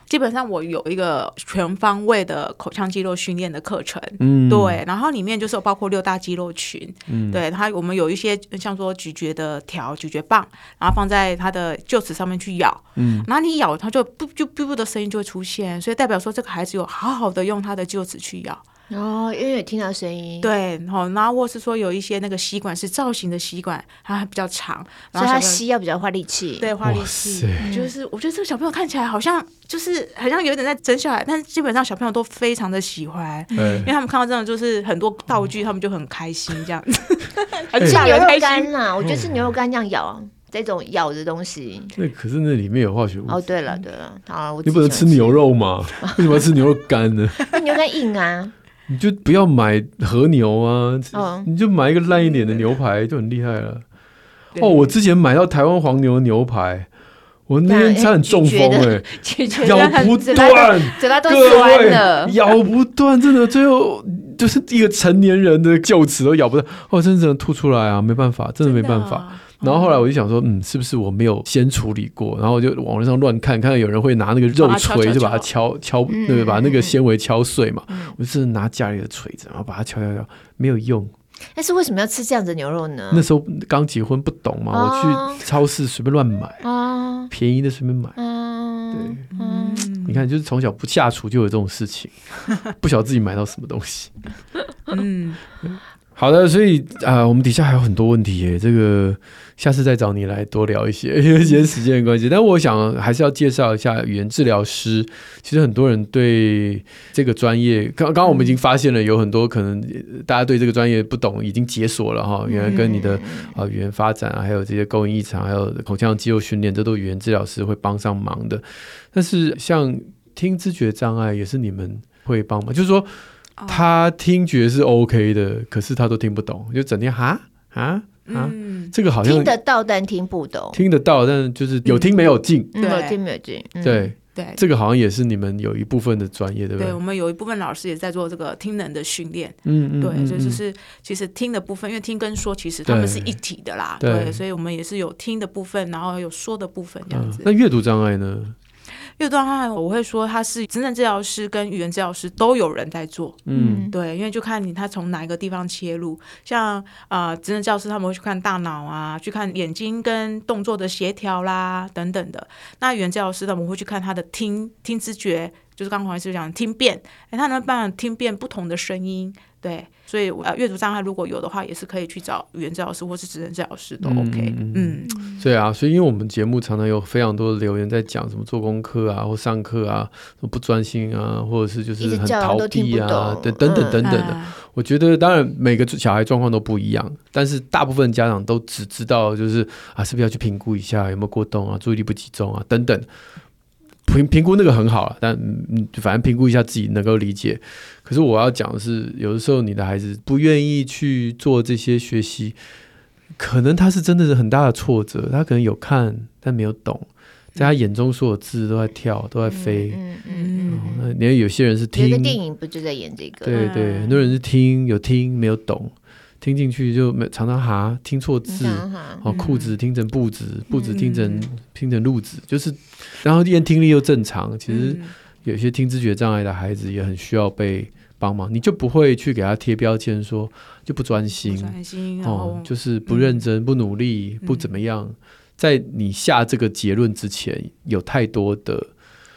S3: 基本上我有一个全方位的口腔肌肉训练的课程。
S1: 嗯，
S3: 对，然后里面就是有包括六大肌肉群，对，它我们有一些像说咀嚼的条、咀嚼棒，然后放在它的臼齿上面去咬，嗯，然后你咬它就不就不不的声音就会出现，所以代表说这个孩子有好好的用他的臼齿去咬，
S2: 哦，因为有听到声音，，
S3: 对，然后然后或是说有一些那个吸管是造型的吸管，它还比较长，
S2: 所
S3: 然
S2: 以
S3: 后
S2: 他
S3: 小朋友
S2: 吸要比较花力气。
S3: 对花力
S1: 哇
S3: 气
S1: 塞，
S3: 就是我觉得这个小朋友看起来好像就是好像有点在整小孩，但是基本上小朋友都非常的喜欢。因
S1: 哎
S3: 为他们看到这种就是很多道具，他们就很开心这样，
S1: 哎
S3: 很
S2: 吃
S3: 吓
S2: 牛
S3: 人
S2: 肉
S3: 开
S2: 干
S3: 心。
S1: 嗯
S2: 呐、我觉得吃牛肉干这样咬，这种咬的东西。
S1: 那可是那里面有化学物
S2: 哦，
S1: 质，
S2: 对了对了，好了，我
S1: 嗯
S2: 自
S1: 你
S2: 己
S1: 不能
S2: 喜
S1: 吃
S2: 欢
S1: 牛，肉吗？为什么要吃牛肉干呢？
S2: 那牛肝硬啊，
S1: 你就不要买和牛 啊，
S2: 嗯
S1: 你就买一个烂一点的牛排就很厉害了。
S3: 对
S1: 哦，我之前买到台湾黄牛牛排，我那
S2: 对啊
S1: 天差点中风
S2: 哎 你觉
S1: 哎、
S2: 咀嚼
S1: 咬
S2: 得
S1: 不
S2: 嘴巴都
S1: 断，
S2: 嘴巴都
S1: 各
S2: 酸了
S1: 位。咬不断，真的最后就是一个成年人的臼齿都咬不断，哦，真的只能吐出来啊，没办法，真的没办法。
S3: 哦
S1: 然后后来我就想说，嗯，是不是我没有先处理过？然后我就网络上乱看，看到有人会拿那个肉
S3: 把它敲
S1: 锤
S3: 敲
S1: 就把它敲敲，那个把那个纤维敲碎嘛。
S2: 嗯
S1: 我就是拿家里的锤子，然后把它敲敲敲，没有用。
S2: 但是为什么要吃这样子的牛肉呢
S1: 那？时候刚结婚不懂嘛，
S2: 嗯哦
S1: 我去超市随便乱买，
S2: 啊
S1: 便宜的随便买。
S2: 嗯
S1: 对，
S2: 嗯，
S1: 你看，就是从小不下厨就有这种事情，不晓得自己买到什么东西。
S3: 嗯，
S1: 好的，所以啊、呃我们底下还有很多问题耶，这个下次再找你来多聊一些， 因为今天时间的关系。但我想还是要介绍一下语言治疗师。其实很多人对这个专业，刚刚刚我们已经发现了，有很多可能呃大家对这个专业不懂，已经解锁了哈。原来跟你的啊、呃语言发展啊，还有这些构音异常，还有口腔肌肉训练，这都语言治疗师会帮上忙的。但是像听知觉障碍，也是你们会帮忙，就是说。
S3: 哦
S1: 他听觉是 OK 的，可是他都听不懂，就整天哈啊 啊，
S3: 嗯，
S1: 这个好像
S2: 听得到但听不懂，
S1: 听得到，但就是有听没有进。
S2: 嗯，
S3: 对
S2: 有听没有进，嗯，
S1: 对，
S3: 对
S1: 这个好像也是你们有一部分的专业，对不
S3: 对，我们有一部分老师也在做这个听能的训练，
S1: 嗯嗯，
S3: 对，
S1: 嗯
S3: 所以就
S1: 嗯
S3: 是其实听的部分，因为听跟说其实他们是一体的啦，
S1: 对
S3: 对
S1: 对，
S3: 所以我们也是有听的部分，然后有说的部分这样
S1: 嗯
S3: 子。嗯
S1: 那阅读障碍呢？
S3: 阅读障碍啊我会说他是职能治疗师跟语言治疗师都有人在做，
S1: 嗯，
S3: 对，因为就看你他从哪一个地方切入，像呃职能教师他们会去看大脑啊，去看眼睛跟动作的协调啦等等的。那语言教师他们会去看他的听听知觉，就是刚刚黄医师讲听辨，哎，他能办法听辨不同的声音。对，所以呃阅读障碍如果有的话，也是可以去找语言治疗师或是职能治疗师都 OK
S1: 嗯嗯。
S3: 嗯，
S1: 对啊，所以因为我们节目常常有非常多的留言在讲什么做功课啊，或上课啊，什么不专心啊，或者是就
S2: 一
S1: 是
S2: 直
S1: 很
S2: 叫
S1: 逃
S2: 都听
S1: 避
S2: 不
S1: 啊，
S2: 懂
S1: 对，等等
S2: 嗯
S1: 等等的。
S3: 啊
S1: 我觉得当然每个小孩状况都不一样，但是大部分家长都只知道就是啊，是不是要去评估一下有没有过动啊，注意力不集中啊等等。评评估那个很好了，但嗯，反正评估一下自己能够理解。可是我要讲的是，有的时候你的孩子不愿意去做这些学习，可能他是真的是很大的挫折，他可能有看但没有懂，在他眼中所有字都在跳，都在飞。
S2: 嗯嗯
S3: 嗯
S1: 哦，那你看有些人是
S2: 有
S1: 听
S2: 一个电影不就在演这个？
S1: 对对，很多人是听有听没有懂，听进去就没常常哈听错
S2: 你
S1: 字，
S2: 想嗯哈，
S1: 哦裤子听成布子，布子听成、
S3: 嗯
S1: 听成路子，就是然后练听力又正常，其实
S3: 嗯
S1: 有些听知觉障碍的孩子也很需要被帮忙，你就不会去给他贴标签说就不专心
S3: 不专心，然后嗯
S1: 哦，就是不认真、不努力、不怎么样。在你下这个结论之前，有太多的
S3: 嗯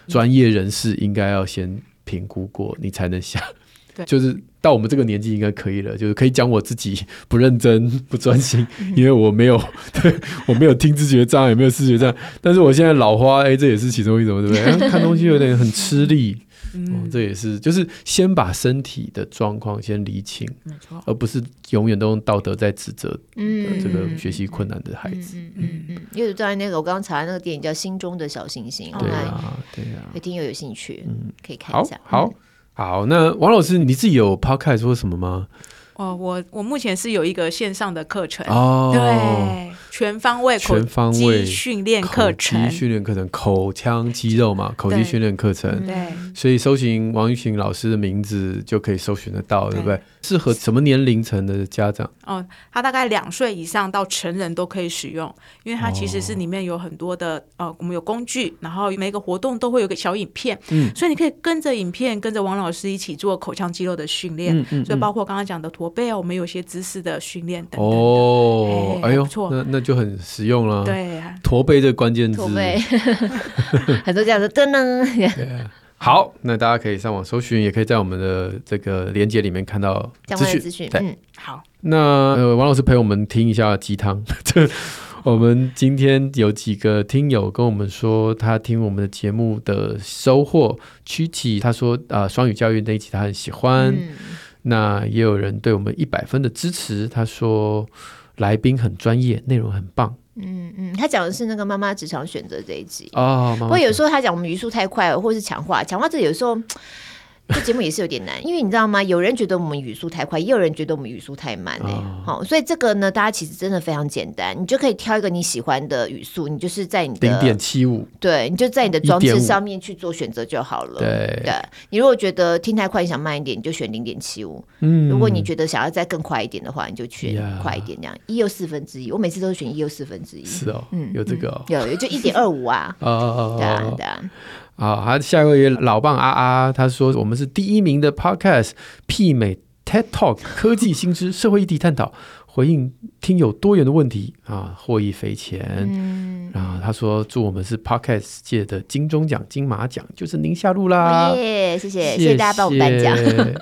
S1: 专业人士应该要先评估过，你才能下
S3: 对。
S1: 就是到我们这个年纪应该可以了，就是可以讲我自己 不认真、不专心，
S3: 嗯
S1: 因为我没有，对我没有听知觉障碍，也没有视觉 障碍。但是我现在老花，哎、这也是其中一种，对不对？哎看东西有点很吃 力，哦
S3: 嗯，
S1: 这也是，就是先把身体的状况先理清，
S3: 没错，
S1: 而不是永远都用道德在指责
S2: 嗯
S1: 这个学习困难的孩子。
S2: 嗯嗯嗯，因为当然那个我刚刚查的那个电影叫《心中的小星星》，
S1: 对
S2: 那
S1: 啊，对啊。
S2: 有听友有兴趣，可以看
S1: 好
S2: 一下。，
S1: 好，好。那王老师，你自己有 podcast 或什么吗？
S3: 哦，我我目前是有一个线上的课程，
S1: 哦，
S3: 呃对，全方位口
S1: 全方位
S3: 肌训练课
S1: 口
S3: 程
S1: 肌，训练课程，口腔肌肉嘛，口肌
S3: 对嗯
S1: 训练课程。
S3: 对，
S1: 所以搜寻王玉琴老师的名字就可以搜寻得到，对不对
S3: 对？
S1: 适合什么年龄层的家长？
S3: 哦，它大概两岁以上到成人都可以使用，因为它其实是里面有很多的、呃，我们有工具，然后每个活动都会有个小影片，
S1: 嗯
S3: 所以你可以跟着影片，跟着王老师一起做口腔肌肉的训练，
S1: 嗯嗯
S3: 所以包括刚刚讲的驼背啊，我们有一些姿势的训练等等的。
S1: 哦，
S3: 哎
S1: 哎呦
S3: 还不，错
S1: 那那就很实用了。，
S3: 对啊，
S1: 驼背这个关键字，
S2: 驼 背，嗯很多家长说噔噔，
S1: 好，那大家可以上网搜寻，也可以在我们的这个链接里面看到
S2: 相
S1: 资
S2: 关
S1: 讯。
S2: 的资讯，
S1: 对
S2: 嗯，
S3: 好，
S1: 那呃，王老师陪我们听一下鸡汤。 这我们今天有几个听友跟我们说，他听我们的节目的收获。曲奇他说，啊，双语教育那一集他很喜欢。
S2: 嗯
S1: 那也有人对我们一百分的支持，他说来宾很专业，内容很棒
S2: 嗯嗯，他讲的是那个妈妈职场选择这一集，
S1: 哦。妈
S2: 不
S1: 妈
S2: 过，有时候他讲我们语速太快了，或是强化，强化这有时候。 这节目也是有点难，因为你知道吗？有人觉得我们语速太快，也有人觉得我们语速太慢呢、
S1: 哦
S2: 好、所以这个呢，大家其实真的非常简单，你就可以挑一个你喜欢的语速，你就是在你
S1: 零
S2: 的
S1: 点七五，
S2: 对，你就在你的装
S1: 1.5
S2: 置上面去做选择就好了。
S1: 对
S2: 你如果觉得听太快，你想慢一点，你就选零点七五；
S1: 嗯，
S2: 如果你觉得想要再更快一点的话，你就选
S1: 呀
S2: 快一点，这样一又四分之一。我每次都是选一又四分之一。
S1: 是哦，
S2: 嗯
S1: 有这个哦，。
S2: 有有就一点二五啊
S1: 哦哦 哦，哦
S2: 对啊，对啊，
S1: 好，还有下一位老棒啊啊，他说我们是第一名的 podcast，媲美 TED Talk 科技新知、社会议题探讨，回应听友多元的问题啊，获益匪浅。
S2: 嗯，
S1: 然后他说祝我们是 podcast 界的金钟奖、金马奖，就是宁夏路啦。
S2: 哦耶，谢谢，谢谢大家帮我们颁奖。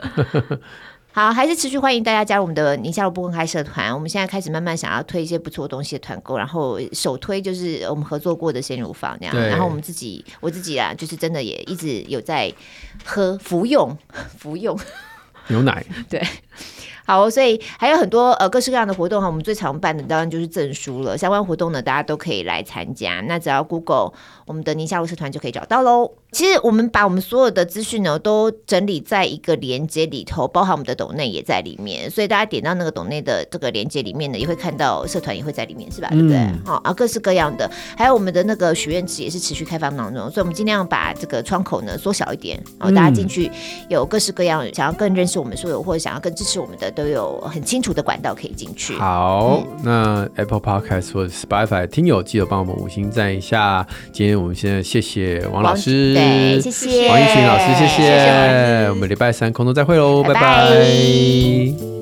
S2: 好，还是持续欢迎大家加入我们的宁夏路不公开社团。我们现在开始慢慢想要推一些不错的东西的团购，然后首推就是我们合作过的鲜乳坊那样。
S1: 对
S2: 然后我们自己，我自己啊，就是真的也一直有在喝服用 服用。
S1: 牛 奶，
S2: 好，所以还有很多呃各式各样的活动哈，我们最常办的当然就是证书了。相关活动呢，大家都可以来参加。那只要 Google 我们的宁夏路社团就可以找到喽。其实我们把我们所有的资讯呢都整理在一个连接里头，包含我们的抖内也在里面，所以大家点到那个抖内的这个连接里面呢，也会看到社团也会在里面，是吧？
S1: 嗯
S2: 对不对？好、啊，各式各样的，还有我们的那个许愿池也是持续开放当中，所以我们尽量把这个窗口呢缩小一点，
S1: 嗯
S2: 然后大家进去有各式各样想要更认识我们所有或者想要更支持我们的，都有很清楚的管道可以进去。
S1: 好，那 Apple Podcast 或者 Spotify 听友记得帮我们五星赞一下。今天我们先谢谢王老师，
S2: 对，谢谢
S1: 王一群老师，谢
S2: 谢谢王
S1: 我们礼拜三空中再会喽，
S2: 拜
S1: 拜
S2: 拜
S1: 拜